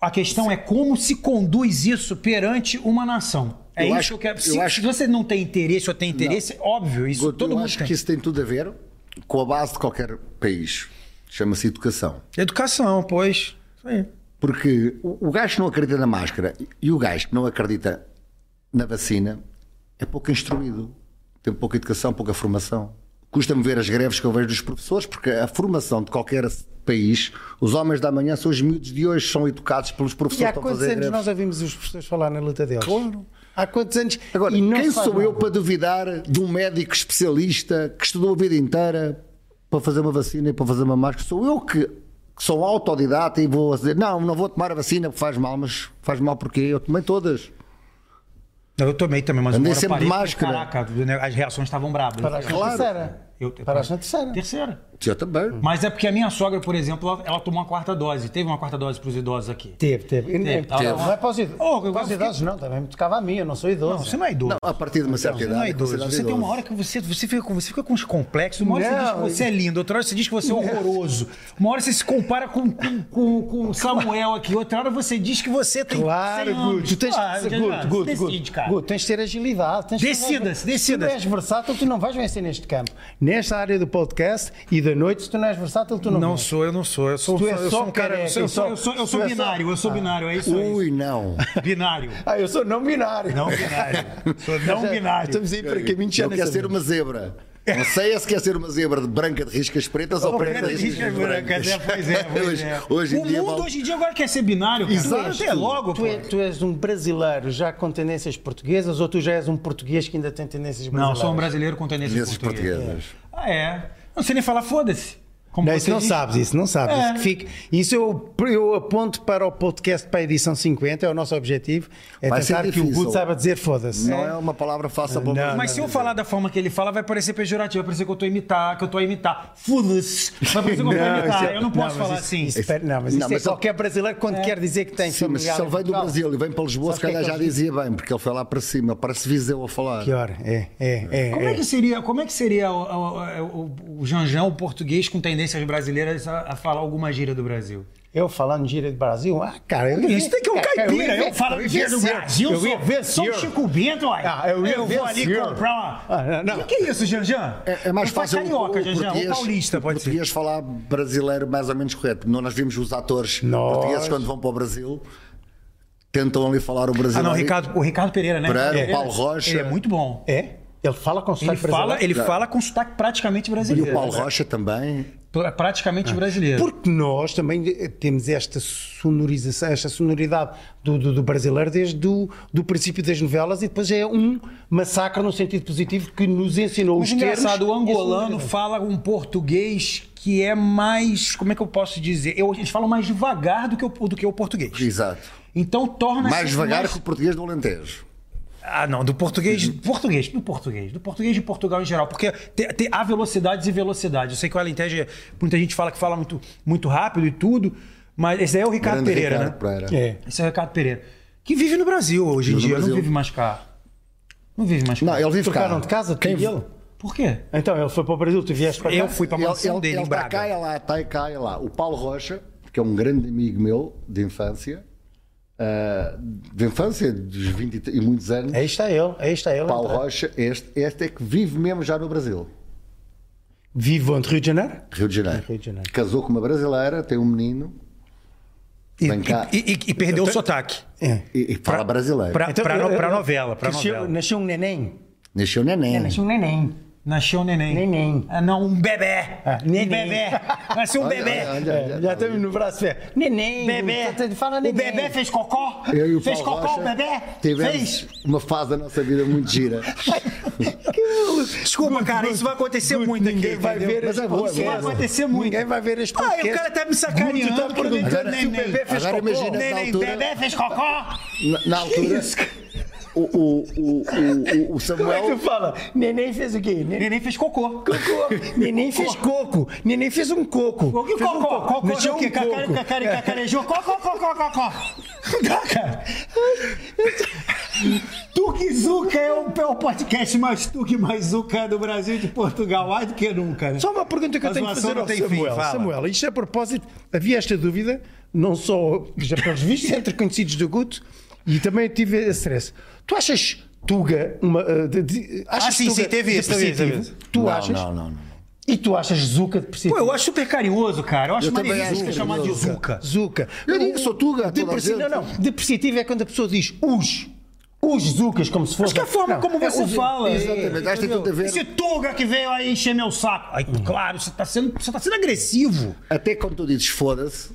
A questão é como se conduz isso perante uma nação. É Eu isso acho- que eu quero. eu Se, acho- se você não tem interesse ou tem interesse, é óbvio, isso Guto, todo eu mundo acho tem. que isso tem tudo a ver com a base de qualquer país. Chama-se educação. Educação, pois. Isso aí. Porque o, o gajo que não acredita na máscara e o gajo que não acredita na vacina é pouco instruído, tem pouca educação, pouca formação. Custa-me ver as greves que eu vejo dos professores, porque a formação de qualquer país, os homens da manhã são os miúdos de hoje, são educados pelos E professores há que estão a quantos fazer anos greves. nós ouvimos os professores falar na luta deles? Claro. há quantos anos. Agora, e não quem faz sou eu nada. para duvidar de um médico especialista que estudou a vida inteira para fazer uma vacina e para fazer uma máscara? Sou eu que, que sou autodidata e vou dizer, não, não vou tomar a vacina porque faz mal, mas faz mal porquê? Eu tomei todas. Eu tomei também, mas Andei uma hora sempre parei, de porque, máscara. Caraca, o ne- as reações estavam brabas. Para a Claro. terceira. Eu- Para a terceira. Terceira. Eu também. Mas é porque a minha sogra, por exemplo, ela- ela tomou a quarta dose. Teve uma quarta dose para os idosos aqui. Teve, teve. E- Teve, Não, teve. não é para os idosos. Oh, eu para os fiquei- idosos não, também me tocava a mim, eu não sou idoso. Não, você não é idoso. A partir de uma certa Você idade. não é idoso. considerado Você tem uma idoso. hora que você, você, fica, com- você fica com uns complexos. Uma hora você Não, diz que você é lindo, outra hora você diz que você é horroroso. Uma hora você se compara com, com, com, com o Samuel aqui, outra hora você diz que você tem. Claro, 100 anos. Guto. Tu tens Ah, que ser já- Guto, Guto, decide, Guto, cara. Guto, tens de ter agilidade. tens de- Decida-se, Se tu não decida-se. és versátil, tu não vais vencer neste campo. Nesta área do podcast e da noite, se tu não és versátil, tu não, Não vences. sou, eu não sou. Eu sou, Tu é eu só sou um cara. Eu careca, sou, eu sou, só- eu sou, eu tu sou é só- binário, eu sou binário, é isso aí. Ui, não. Binário. Ah, eu sou não binário. Não binário. Sou não Já- binário. Estamos aí para caminho de Eu quero ser uma zebra. Não sei é se quer ser uma zebra de branca de riscas pretas ou, preta, de riscas brancas. É, pois é, pois hoje, é. hoje em o dia, mundo vale- hoje em dia agora quer ser binário, cara. Exato. Até logo, Tu, pô. é- tu és um brasileiro já com tendências portuguesas ou tu já és um português que ainda tem tendências Não, brasileiras? sou um brasileiro com tendências Nesses portuguesas. portugueses. Ah, é? Não sei nem falar foda-se. Como Não, você isso não diz. sabes, isso não sabes. É. Isso, que fica- isso eu, eu aponto para o podcast para a edição 50, é o nosso objetivo. É Vai ser tentar que o difícil. Guto saiba dizer foda-se. Não é uma palavra fácil para Não, né? Mas se eu falar da forma que ele fala, vai parecer pejorativo, vai parecer que eu tô a imitar, que eu tô a imitar. Não, isso Foda-se. Vai parecer que eu tô a imitar. é- Eu não mas posso falar isso- assim. É. isso- espera, não, mas Não, isso é mas ele- qualquer brasileiro quando quer dizer que tem Sim, mas se familiar ele em vem do Portugal. Brasil e vem para Lisboa, Sabes se o que é calhar que já eles dizia bem, porque ele foi lá para cima, ele parece Viseu a falar. Pior, é, é, é. Como é. é que seria, como é que seria o, o, o- o Janjão português com tendências brasileiras a, a falar alguma gíria do Brasil? Eu falando gira de Brasil, ah, cara, eu Isso tem que é um cara, caipira. ia Eu, ver- falo ia gíria do ver- Brasil, eu ia ver sou, sou senhor. Chico Bento, olha. Ah, eu ia ver vou ali senhor. comprar uma... Ah, não, não. O que, que é isso, Janjão? É, é mais Não faz fácil carioca, o, o Janjão. Ou português, paulista, o pode ser. português falar brasileiro mais ou menos correto. Nós, nós vimos os atores Nós. portugueses quando vão para o Brasil, tentam ali falar o Ah, brasileiro. não, o Ricardo, o Ricardo Pereira, né? Pereira, Ele- Paulo Rocha. Ele é muito bom. É? Ele fala com sotaque Ele fala, brasileiro? ele fala com sotaque praticamente E brasileiro. o É. Paulo Rocha também. Pra- Praticamente brasileiro. Porque nós também eh, temos esta sonorização, esta sonoridade do, do, do brasileiro desde do, do princípio das novelas e depois é um massacre no sentido positivo que nos ensinou Mas é os termos. engraçado, o e a angolano sonoridade. fala um português que é mais. Como é que eu posso dizer? Eu- eles falam mais devagar do que o, do que o português. Exato. Então torna-se. Mais devagar que o português do Alentejo. Ah, não, do português. Português, do português. Do português de Portugal em geral. Porque te, te- há velocidades e velocidades. Eu sei que o Alentejo. é- Muita gente fala que fala muito, muito rápido e tudo. Mas esse aí é o Ricardo Grande Pereira, Ricardo né? Pereira. É. Esse é o Ricardo Pereira. Que vive no Brasil Vive hoje em no dia, não Brasil. vive mais cá. Não vive mais cá. Não, ele vive cá. Trocaram de casa, tu e ele? Por quê? Então, ele foi para o Brasil, tu vieste para Eu cá? fui pra Ele, mansão ele- dele ele em está Braga. cá, é lá, está cá, é lá. O Paulo Rocha, que é um grande amigo meu de infância, ah, de infância, dos 20 e muitos anos. É Aí está ele, aí está ele. Paulo Rocha, este, este é que vive mesmo já no Brasil, Vive onde? Rio de Janeiro? Rio de Janeiro. Rio de Janeiro. Casou com uma brasileira, tem um menino E, Vem cá. e- e- e perdeu o sotaque. É. e, e fala brasileiro. Pra, Então, pra, no- eu- pra eu- novela, pra cresceu- novela. Nasceu um neném. Nasceu neném. um neném. Nasceu um neném. Neném. Ah, não, um bebê. Ah, Um neném. bebê. Nasceu um Olha, bebê. tá- olha, olha, É, olha, já olha. estamos no braço fé. Neném. Bebê. Fala o neném. bebê fez cocó? Eu e o fez Paulo cocó o Rocha bebê? tivemos Fez? uma fase da nossa vida muito gira. Desculpa, cara, isso vai acontecer muito aqui. Ninguém vai entendeu? ver as Mas é bom, Isso vai mesmo. acontecer muito. Ninguém vai ver as Ah, e o cara tá me sacaneando Muito tá porque eu não perguntando entendo se o neném. bebê fez Agora cocô. imagina- nessa Neném, altura- bebê fez cocó? Na, na altura, o, o, o, o, o- o Como é que tu Samuel fala? Neném fez o quê? Neném Neném fez cocô. cocô. Neném fez coco. Neném fez um coco. Cocô e Fez cocô? Cocô é Nasceu o um quê? Cacare- coco. Tá, cacare- Cacarejou? Cocô, cocô, cocô. Não dá, cara. Tuquizuca é o, é o podcast mais tuque mais zuca do Brasil e de Portugal. Mais do que nunca, né? Só uma pergunta que eu A tenho que zoação fazer não ao tem Samuel. fim, fala. Samuel, isto é a propósito, havia esta dúvida, não só já pelos vistos entre conhecidos do Guto, e também tive esse stress. Tu achas Tuga uma. ah, de- de- achas Ah, sim, Tuga sim, teve isso, teve isso, teve depressivo? Tu Não, achas? não, não, não. E tu achas Zuka depressivo? Pô, eu acho super carinhoso, cara. Eu acho Eu também maneiríssimo acho ser chamado de carinhoso, zuca. Zuka. Eu O- digo, sou Tuga, toda a depressivo- gente. Não, não. Depreciativo é quando a pessoa diz os. Os Zucas, como se fosse. Acho que é a forma Não, como é você os- fala. Exatamente, acho que tem tudo a ver. Esse Tuga que veio aí encher meu saco. Aí, claro, você tá sendo, você tá sendo agressivo. Até quando tu dizes foda-se,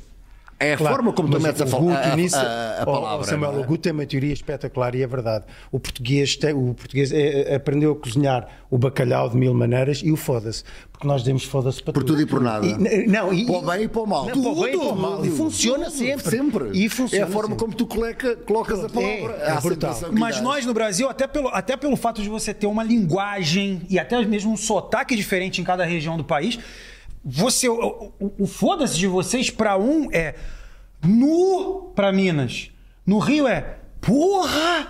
É a forma como tu mas metes a o fal- Guto a- a- nisso- a- a Oh, palavra, Samuel, não é? o Guto tem uma teoria espetacular e é verdade. O português, tem- o português é- é- aprendeu a cozinhar o bacalhau de mil maneiras e o foda-se. Porque nós demos foda-se para Por tudo e por nada. n- não, e, Para o bem e para o mal. Não, para o bem e para o mal. Tudo. E funciona Tudo. sempre. Sempre. E funciona é a forma sempre. como tu coloca- colocas a palavra. É, é a brutal. acentuação que Mas dás. nós no Brasil, até pelo, até pelo fato de você ter uma linguagem e até mesmo um sotaque diferente em cada região do país, você o, o- o foda-se de vocês pra um é nu pra Minas, no Rio é porra,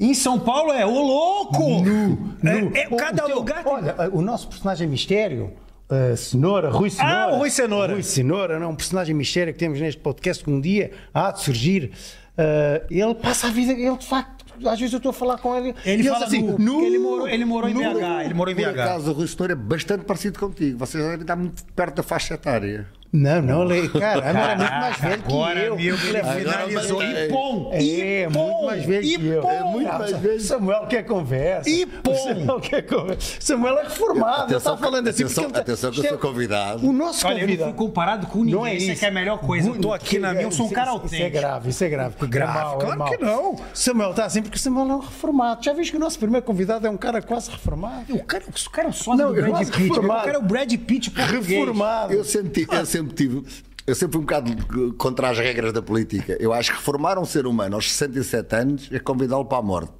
em São Paulo é ô louco. Nu, É- nu. é O- cada o teu- lugar tem- Olha, o nosso personagem mistério, a Cenoura, Rui Cenoura. o Ah, Rui Cenoura. Rui Cenoura, não, um personagem mistério que temos neste podcast que um dia há de surgir. ah, ele passa a vida, ele de facto, às vezes eu estou a falar com ele. e Ele fala assim, nu, porque ele morou, ele morou em nu. tá BH, ele morou em Por BH. acaso, o Rui Setor é bastante parecido contigo. Vocês devem estar muito perto da faixa etária. Não, não, ele, é- cara, agora é muito mais velho que Agora, eu. amigo, ele é finalizou. é- Ipom! É, é muito Ipom, mais velho que eu. Ipom. É muito mais velho. Samuel quer conversa. E pum! O Samuel quer conversa. Samuel é reformado. Eu Atenção estava falando assim. atenção- porque ele tá- atenção que eu isto é- sou convidado. O nosso Olha, eu não fui convidado. comparado com ninguém, Não é isso é isso. que é a melhor coisa. Eu tô aqui na minha, eu sou um Isso- cara Isso é autêntico. grave, isso é grave. Grave, É mau, é claro mau. que não. Samuel está assim porque Samuel é um reformado. Já viste que o nosso primeiro convidado é um cara quase reformado? O cara, o cara é o sócio Não, do eu Brad quase Pitt. O reformado. cara é o Brad Pitt um português. Reformado. Eu senti, eu sempre tive. Eu sempre fui um bocado eh, contra as regras da política. Eu acho que formar um ser humano aos 67 anos é convidá-lo para a morte.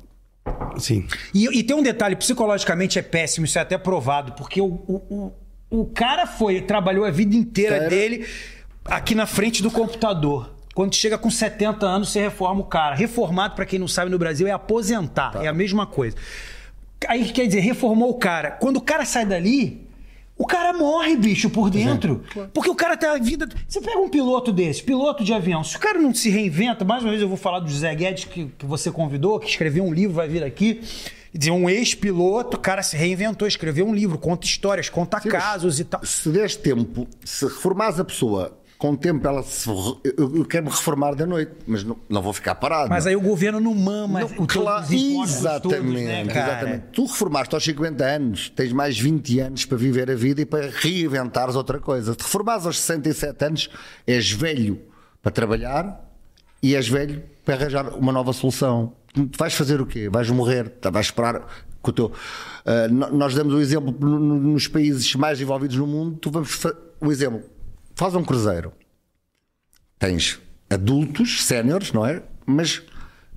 Sim. E, e tem um detalhe, psicologicamente é péssimo, isso é até provado, porque o, o, o, o cara foi, trabalhou a vida inteira Cara. dele aqui na frente do computador. Quando chega com 70 anos, você reforma o cara. Reformado, pra quem não sabe, no Brasil é aposentar, é a mesma coisa. Aí quer dizer, reformou o cara. Quando o cara sai dali, o cara morre, bicho, por dentro. Porque o cara tá a vida. Você pega um piloto desse, piloto de avião, se o cara não se reinventa, mais uma vez eu vou falar do José Guedes, que, que você convidou, que escreveu um livro, vai vir aqui. Quer dizer, Um ex-piloto, o cara se reinventou, escreveu um livro, conta histórias, conta casos e tal. Se deres tempo, se reformares a pessoa, com o tempo ela se. Eu, eu quero me reformar da noite, mas não, não é? vou ficar parado. Mas aí o governo não mama Não, o teu- claro, os impostos todos, exatamente, né, cara? exatamente. Tu reformaste aos 50 anos, tens mais 20 anos para viver a vida e para reinventares outra coisa. Te reformares aos 67 anos, és velho para trabalhar e és velho para arranjar uma nova solução. Tu Vais fazer o quê? Vais morrer, tá, vais esperar que o teu. Ah, no- nós damos o exemplo no- no- nos países mais desenvolvidos no mundo, tu vamos fa- o exemplo. Faz um cruzeiro tens adultos, séniores, não é? Mas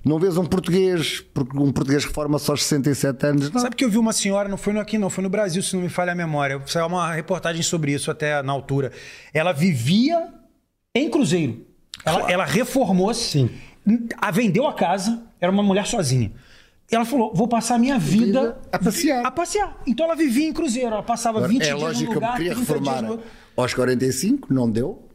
não vês um português, porque um português reforma-se aos 67 anos, não. Sabe que eu vi uma senhora, não foi no aqui não, foi no Brasil, se não me falha a memória. Saiu uma reportagem sobre isso até na altura. Ela vivia em cruzeiro. Ela, ela reformou-se, a vendeu a casa, era uma mulher sozinha. Ela falou, vou passar a minha vida Vida a passear. A passear. Então ela vivia em cruzeiro, ela passava 20 é dias lógico num que eu me um lugar, 30 queria dias reformar né? no outro. aos 45, não deu.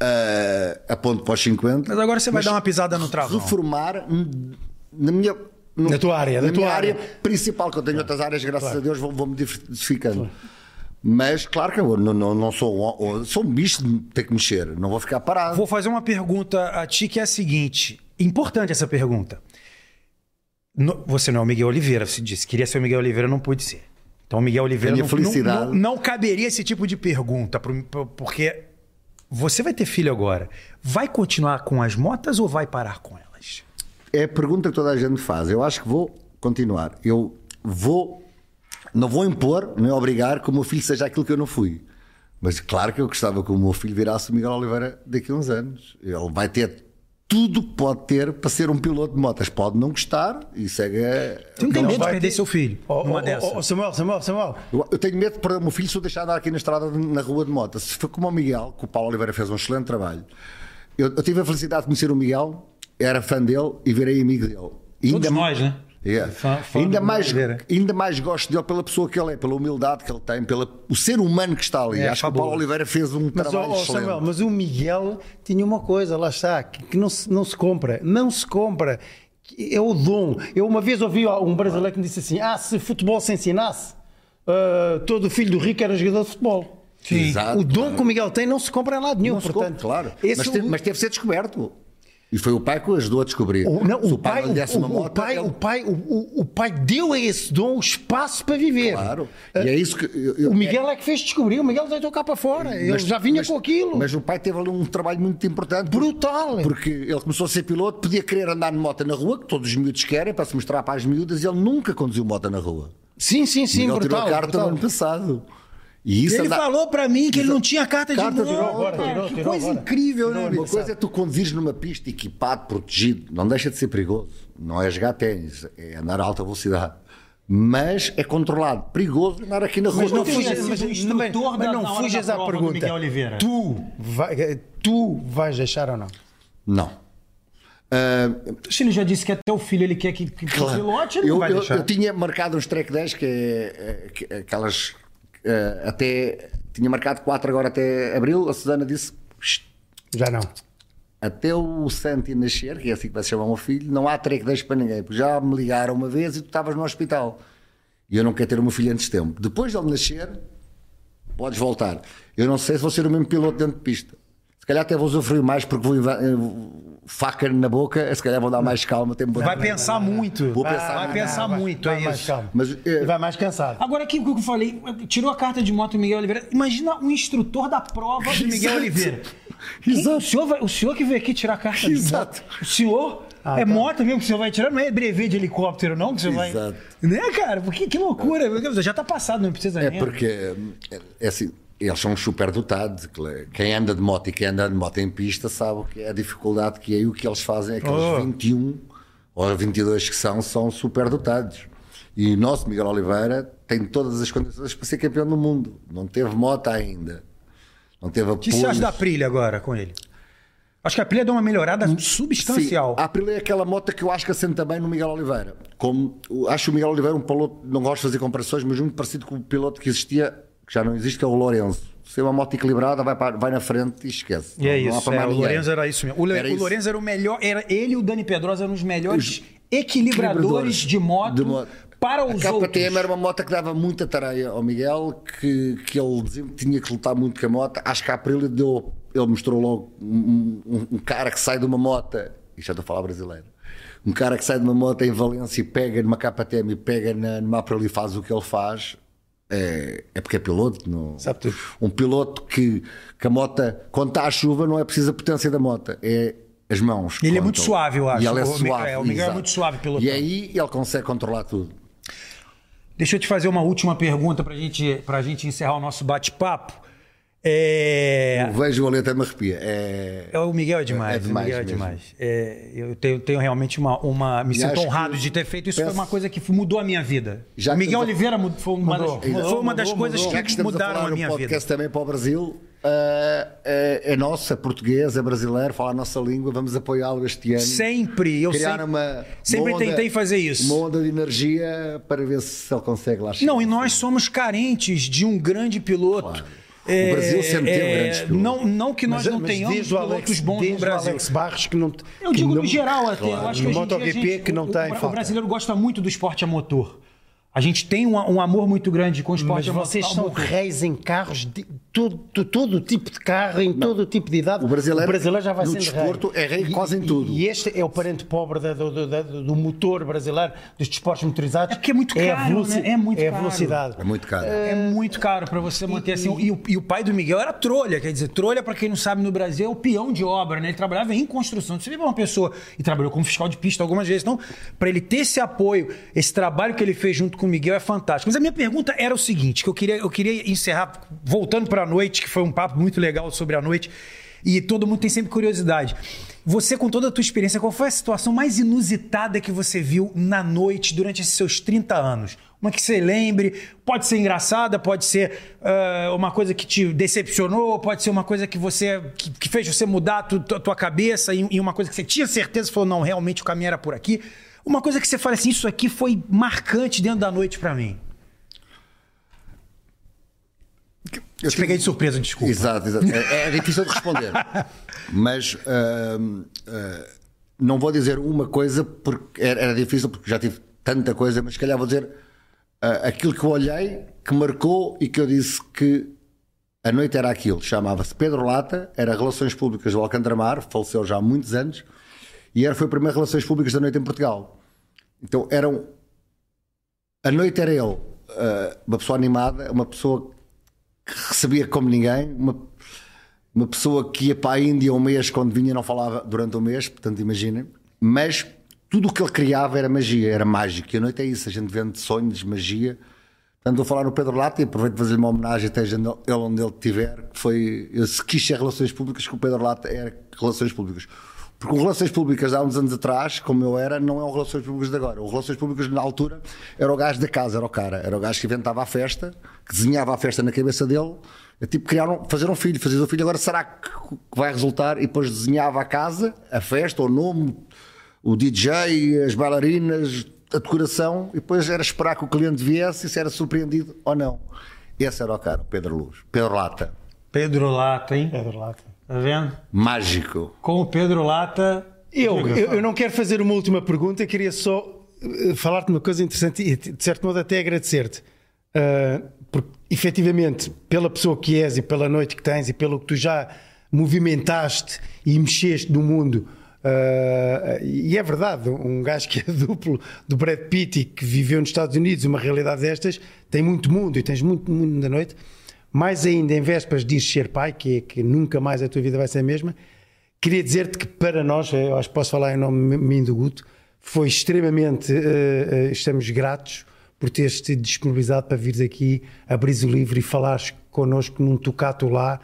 Ah, a ponto para os 50. Mas agora você vai dar uma pisada no travão. Reformar hum, na minha. no- Na tua área, na na tua minha área. principal, que eu tenho outras áreas, graças a Deus, vou- vou-me diversificando. Mas, claro que eu não, não, não sou, um- sou um bicho de ter que mexer, não vou ficar parado. Vou fazer uma pergunta a ti que é a seguinte: importante essa pergunta. No- você não é o Miguel Oliveira, você disse. Queria ser o Miguel Oliveira, não pude ser. Então, o Miguel Oliveira Minha não, felicidade. não, não, não caberia esse tipo de pergunta, pro- pro- porque você vai ter filho agora. Vai continuar com as motas ou vai parar com elas? é a pergunta que toda a gente faz. Eu acho que vou continuar. Eu vou, não vou impor, nem obrigar que o meu filho seja aquilo que eu não fui. Mas claro que eu gostava que o meu filho virasse o Miguel Oliveira daqui a uns anos. Ele vai ter tudo que pode ter para ser um piloto de motas. Pode não gostar é e segue. a- Você não tem Não, medo de vai perder ter- seu filho Oh, numa oh, dessa? oh, oh, Samuel, Samuel, Samuel. Eu, eu tenho medo de perder o meu filho se eu deixar andar aqui na estrada, na rua de moto. Se for como o Miguel, que o Paulo Oliveira fez um excelente trabalho. Eu, eu tive a felicidade de conhecer o Miguel, era fã dele e virei amigo dele. E Todos nós, né? Yeah. Fã- fã É. ainda, do mais, Oliveira. ainda mais gosto dele pela pessoa que ele é, pela humildade que ele tem, pelo ser humano que está ali. É, Acho que o fabuloso. Paulo Oliveira fez um Mas, trabalho ó, ó, excelente. Samuel, mas o Miguel tinha uma coisa, lá está, que, que não, se, não se compra. Não se compra. Que É o dom. Eu uma vez ouvi ó, um brasileiro que me disse assim: ah, se futebol se ensinasse, ah, todo filho do rico era jogador de futebol. Sim. Exato, o dom claro. que o Miguel tem não se compra em lado nenhum. Não se portanto, compra, claro. é esse é Mas, o- teve, mas teve de ser descoberto. E foi o pai que o ajudou a descobrir. O, não, Se o, pai, não lhe desse o, uma o, moto, é um- pai, ele- o pai, o, o- o pai deu a esse dom um espaço para viver. Claro. E é isso que. eu- eu- Ah, é, O Miguel é que fez descobrir, o Miguel deitou cá para fora. ele já vinha mas- com aquilo. Mas o pai teve ali um trabalho muito importante. porque- Brutal. Porque ele começou a ser piloto, podia querer andar de moto na rua, que todos os miúdos querem, para se mostrar para as miúdas, e ele nunca conduziu moto na rua. sim, sim, sim, Miguel brutal. tirou a carta brutal. no ano passado. E isso é Ele anda- falou pra mim que ele não tinha carta de é Carta moto. tirou agora, cara. tirou, que tirou coisa agora. incrível, né? Uma coisa é tu conduzires numa pista equipado, protegido, não deixa de ser perigoso. Não é jogar ténis, é andar a alta velocidade. Mas é controlado. Perigoso andar aqui na rua. Mas não Ontem fujas, tinha mas, sido mas instrutor também- da- mas na não hora fujas da à prova do pergunta. Miguel Oliveira. Tu, vai- eh, tu vais deixar ou não? Não. Ah, Se ele já disse que até o filho ele quer que, que claro. você lote, ele eu, não vai eu- deixar. eu tinha marcado uns track 10, que é, é, que- aquelas. eh, até. Tinha marcado 4 agora até abril. A Susana disse. "Shh, Já não. Até o Santi nascer, que é assim que vai se chamar o meu filho, não há treco deixo para ninguém, porque já me ligaram uma vez e tu estavas no hospital. E eu não quero ter o meu filho antes de tempo. Depois de ele nascer, podes voltar. Eu não sei se vou ser o mesmo piloto dentro de pista. Se calhar até vou sofrer mais porque vou inva- eh, faca na boca, se calhar vou dar mais calma. Tempo Vai pensar muito. Vou Vai- pensar vai muito. pensar vai, muito, vai é mais isso. calmo. Mas, eh, E vai mais cansado. Agora, aqui o que eu falei, tirou a carta de moto Miguel Oliveira. Imagina um instrutor da prova do Miguel Exato. Oliveira. Quem- Exato. O, senhor vai- o senhor que veio aqui tirar a carta Exato. Ah, de moto. tá. O senhor é moto mesmo que o senhor vai tirar, não é brevet de helicóptero, não? Que o senhor Exato. vai. Né, cara? Porque, que loucura. Já tá passado, não precisa É nem. porque eh, é assim, eles são super dotados. Quem anda de moto e quem anda de moto em pista sabe o que é a dificuldade que é e o que eles fazem. Aqueles Oh. 21 ou 22 que são, são super dotados. E o nosso Miguel Oliveira tem todas as condições para ser campeão do mundo. Não teve moto ainda. Não teve apoio. O que você acha da Prilha agora com ele? Acho que a Prilha deu uma melhorada substancial. Hum, Sim, a Aprilia é aquela moto que eu acho que assente também no Miguel Oliveira. Como, o- acho o Miguel Oliveira um piloto, não gosto de fazer comparações, mas muito parecido com o piloto que existia, que já não existe, que é o Lourenço. Se é uma moto equilibrada, vai, para- vai na frente e esquece. E é Não- não há isso, para é, mais o ninguém. Lourenço era isso mesmo. O, Le- Era o isso. Lourenço era o melhor, era ele e o Dani Pedrosa eram os melhores equilibradores de moto, para os a KTM outros. era uma moto que dava muita tareia ao Miguel, que, que ele dizia que tinha que lutar muito com a moto. Acho que a Aprilia deu, ele mostrou logo um, um- um cara que sai de uma moto, e já estou a falar brasileiro, um cara que sai de uma moto em Valência e pega numa KTM e pega na, numa Aprilia e faz o que ele faz. É, é porque é piloto, não? Sabe tudo. Um piloto que, que a moto, quando está à chuva, não é preciso a potência da moto, é as mãos. Ele é contam. muito suave, eu acho, E ela é o Miguel. suave. O Miguel é exato. muito suave pilotando. E aí ele consegue controlar tudo. Deixa eu te fazer uma última pergunta para gente, a gente encerrar o nosso bate-papo. É... Eu vejo o olho até me arrepia. É... é, O Miguel é demais, É demais o Miguel é mesmo. demais. É, eu tenho, tenho realmente uma. uma me E sinto acho honrado que- de ter feito isso. peço- Foi uma coisa que mudou a minha vida. Já o que Miguel estamos a- Oliveira mud- foi uma das, Exato. foi uma das Mudou, coisas mudou. que, Já que estamos a mudaram a, falar minha um vida. podcast também para o Brasil, ah, é, é nossa, é portuguesa, é brasileira, fala a nossa língua, vamos apoiá-lo este ano. Sempre, eu Criar sempre, uma, sempre uma onda- tentei fazer isso. Uma onda de energia para ver se ele consegue lá chegar. Não, e nós somos carentes de um grande piloto. É, Claro. O Brasil sempre teve um grandes pilotos. Não, não que nós não tenhamos desde o pilotos Alex, bons no desde o Brasil. Alex Barros que não. Eu que digo não- no geral até. eu acho que no hoje em dia a MotoGP gente- que não o- está em o, falta. O brasileiro gosta muito do esporte a motor. A gente tem um, um amor muito grande com o Mas esporte a motor. vocês são reis em carros de todo, de todo tipo de carro, em todo tipo de idade. O brasileiro, já vai no sendo desporto, rei. é rei E- quase em e- tudo. E este é o parente pobre da- do, do- da- do motor brasileiro, dos desportos É motorizados. porque é muito a caro, veloci- né? É muito é a caro. velocidade. É muito caro. É muito caro para você manter assim. E, o, e o pai do Miguel era trolha, quer dizer, trolha, para quem não sabe, no Brasil é o peão de obra, né? Ele trabalhava em construção. Você vê uma pessoa e trabalhou como fiscal de pista algumas vezes. Então, para ele ter esse apoio, esse trabalho que ele fez junto com o Miguel é fantástico. Mas a minha pergunta era o seguinte: que eu queria, eu queria encerrar, voltando para a noite, que foi um papo muito legal sobre a noite, e todo mundo tem sempre curiosidade. Você, com toda a tua experiência, qual foi a situação mais inusitada que você viu na noite durante esses seus 30 anos? Uma que você lembre, pode ser engraçada, pode ser ah, uma coisa que te decepcionou, pode ser uma coisa que você que, que fez você mudar a tu, tu- tua cabeça e, e uma coisa que você tinha certeza e falou, não, realmente o caminho era por aqui. Uma coisa que você fala assim, isso aqui foi marcante dentro da noite pra mim. Eu Te peguei de surpresa, desculpa. Exato, exato. É, é difícil de responder. Mas ahm, ah, não vou dizer uma coisa porque era, era difícil porque já tive tanta coisa, mas se calhar vou dizer ah, aquilo que eu olhei, que marcou e que eu disse que a noite era aquilo. Chamava-se Pedro Lata, era Relações Públicas do Alcântara Mar, faleceu já há muitos anos. E era, foi o primeiro Relações Públicas da noite em Portugal. Então eram. A noite era ele, ah, uma pessoa animada, uma pessoa que recebia como ninguém, uma, uma pessoa que ia para a Índia um mês, quando vinha não falava durante um mês, portanto imaginem. Mas tudo o que ele criava era magia, era mágico. E a noite é isso, a gente vende sonhos, magia. Portanto, vou falar no Pedro Lata e aproveito para fazer-lhe uma homenagem, esteja ele onde ele estiver. que Foi, eu se quis ser Relações Públicas, que o Pedro Lata era Relações Públicas. Porque o Relações Públicas, há uns anos atrás, como eu era, não é o Relações Públicas de agora. O Relações Públicas, na altura, era o gajo da casa, era o cara. Era o gajo que inventava a festa, que desenhava a festa na cabeça dele. É tipo criar um, fazer um filho, fazer um filho. Agora, será que que vai resultar? E depois desenhava a casa, a festa, o nome, o DJ, as bailarinas, a decoração, e depois era esperar que o cliente viesse e se era surpreendido ou não. Esse era o cara, o Pedro Luz. Pedro Lata. Pedro Lata, hein? Pedro Lata. Tá vendo? Mágico. Com o Pedro Lata. Eu, eu, eu não quero fazer uma última pergunta, queria só eh, falar-te uma coisa interessante e, de certo modo, até agradecer-te. Ah, porque, efetivamente, pela pessoa que és e pela noite que tens e pelo que tu já movimentaste e mexeste no mundo, ah, e é verdade, um gajo que é duplo do Brad Pitt e que viveu nos Estados Unidos uma realidade destas, tem muito mundo e tens muito mundo da noite, mais ainda em vésperas de ires ser pai, que é que nunca mais a tua vida vai ser a mesma, Queria dizer-te que para nós, eh, eu acho que posso falar em nome de mim do Guto, foi extremamente. eh, eh, estamos gratos por teres te disponibilizado para vires aqui, abrires o livro e falares connosco num tocato lá,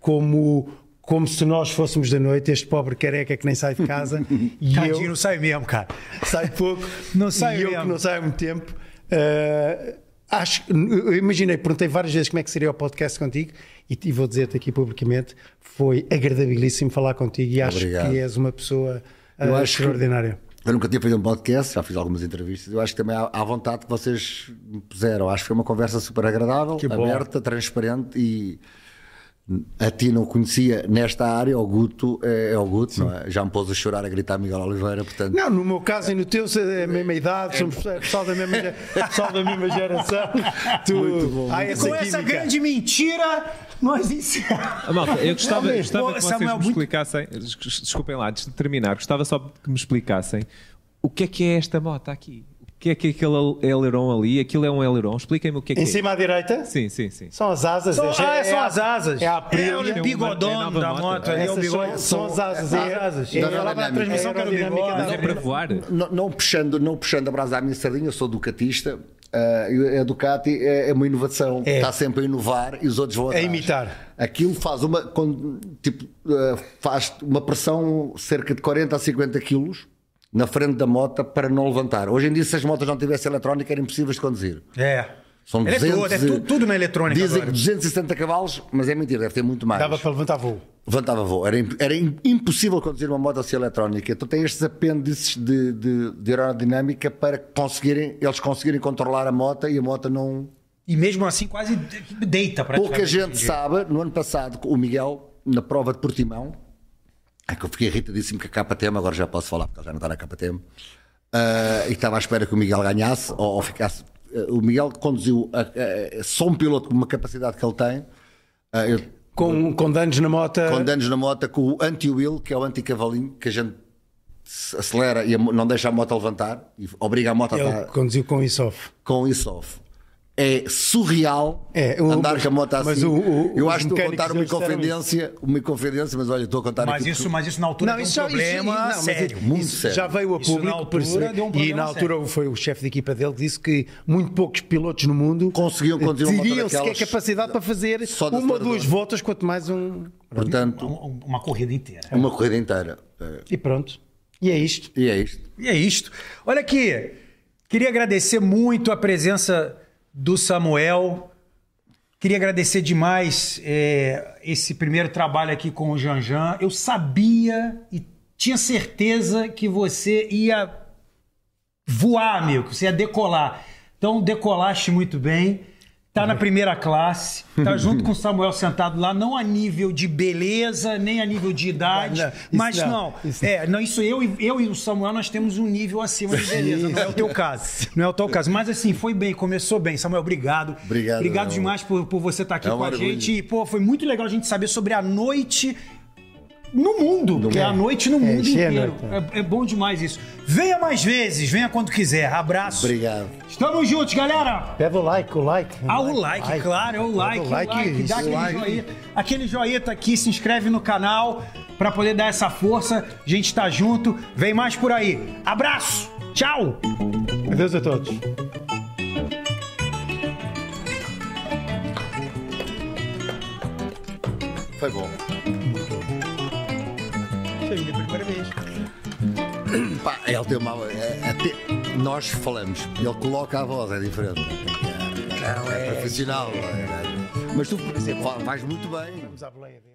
como, como se nós fôssemos da noite, este pobre careca que nem sai de casa e eu Tadinho, não Tá sai mesmo, cara. sai pouco Não sai e eu que mesmo. não saio há muito tempo. eh, acho, eu imaginei, perguntei várias vezes como é que seria o podcast contigo e, e vou dizer-te aqui publicamente, foi agradabilíssimo falar contigo e acho Obrigado. que és uma pessoa eh, Eu acho que- extraordinária. Eu nunca tinha feito um podcast, já fiz algumas entrevistas. Eu acho que também à, à vontade que vocês me puseram. Acho que foi uma conversa super agradável, aberta, transparente e a ti não conhecia nesta área, o Guto é, é o Guto, não é? Já me pôs a chorar a gritar Miguel Oliveira, portanto. Não, no meu caso e no teu se- é a mesma idade, somos pessoal da mesma, ge- pessoal da mesma geração. Tu, Muito bom. Há essa É Com essa química. grande mentira, nós encerramos. Ah, Malta, eu gostava, eu gostava Pô, que vocês Samuel, me muito- explicassem, des- desculpem lá, antes de terminar, gostava só que me explicassem o que é que é esta moto aqui. O que é que é aquele al- aileron ali? Aquilo é um aileron? Expliquem-me o que é que Em é. cima à direita? Sim, sim, sim. São as asas. São- é- ah, é são a- as asas. É a É prilha. o É bigodão nova da moto, moto. é. ali, o Essas bigode. são, são as As asas. É, asas. É, Da a palavra aerodinâmica. transmissão que era Aerodinâmica dinâmica da da Mas é para voar? Não, não puxando, não puxando a brasa à minha sardinha, eu sou Ducatista. ah, e a Ducati é, é uma inovação, está sempre a inovar e os outros vão atrás. imitar. Aquilo faz uma, quando, tipo, ah, faz uma pressão cerca de 40 a 50 quilos na frente da moto para não levantar. Hoje em dia, se as motos não tivessem eletrónica, era impossíveis de conduzir. É. São Ele é 200 todo, é e- tudo, tudo na eletrônica Dizem agora. que 270 cavalos, mas é mentira, deve ter muito mais. Dava para levantar voo. Levantava voo. Era, imp- era im- impossível conduzir uma moto assim eletrónica. Então tem estes apêndices de, de, de aerodinâmica para conseguirem, eles conseguirem controlar a moto e a moto não. E mesmo assim quase de- deita para Pouca gente sabe, no ano passado, o Miguel, na prova de Portimão, é que eu fiquei irritadíssimo com a KTM, agora já posso falar porque ele já não está na KTM, ah, e estava à espera que o Miguel ganhasse ou, ou ficasse. Ah, o Miguel conduziu a, a- a- só um piloto com uma capacidade que ele tem. ah, eu- Com, com danos na moto. com danos na moto com o anti-wheel, que é o anti-cavalinho, que a gente se acelera e a mo- não deixa a moto levantar e obriga a moto a Ele estar É conduziu com isso off. com isso off. É surreal É, o- andar com a moto assim. mas o- o- eu os acho que estou a contar mecânicos uma eles disseram inconfidência, uma inconfidência, mas olha, estou a contar Mas aqui. isso, mas isso na altura não, é um já- problema isso- não, mas sério. isso- Muito isso sério. já veio a Isso público na altura por isso- deu um e problema na altura foi o chefe de equipa dele que disse que muito poucos pilotos no mundo Conseguiam conduzir uma moto teriam sequer daquelas é capacidade para fazer só de uma ou acelerador. duas voltas, quanto mais um. Portanto, Um- Uma corrida inteira. uma corrida inteira. É, E pronto. E é isto. E é isto. E é isto. Olha aqui, queria agradecer muito a presença do Samuel. Queria agradecer demais é, esse primeiro trabalho aqui com o Janjan. Eu sabia e tinha certeza que você ia voar, amigo, que você ia decolar. Então decolaste muito bem. Tá na primeira classe, tá junto com o Samuel sentado lá, não a nível de beleza, nem a nível de idade, Não, isso mas não, não. isso É, não, isso eu, e- eu e o Samuel nós temos um nível acima de beleza, não é o teu caso. Não é o teu caso, mas assim, foi bem, começou bem. Samuel, obrigado. Obrigado, Obrigado meu. tá demais por, por você estar aqui É um com a orgulho. gente. E, pô, foi muito legal a gente saber sobre a noite no mundo, porque é à noite no mundo cheia à inteiro. noite, É, é bom demais isso. Venha mais vezes, venha quando quiser. Abraço. Obrigado. Estamos juntos, galera. Pede o like, o like. Ah, o like, claro, é o like, o like, dá aquele joinha. Aquele joinha tá aqui, se inscreve no canal pra poder dar essa força. A gente tá junto. Vem mais por aí. Abraço. Tchau. Adeus a todos. Foi bom. Pá, ele tem uma. é- até nós falamos, ele coloca a voz, é diferente. É, é profissional. é- Mas tu, por exemplo, vais muito bem. Vamos à boleia dele.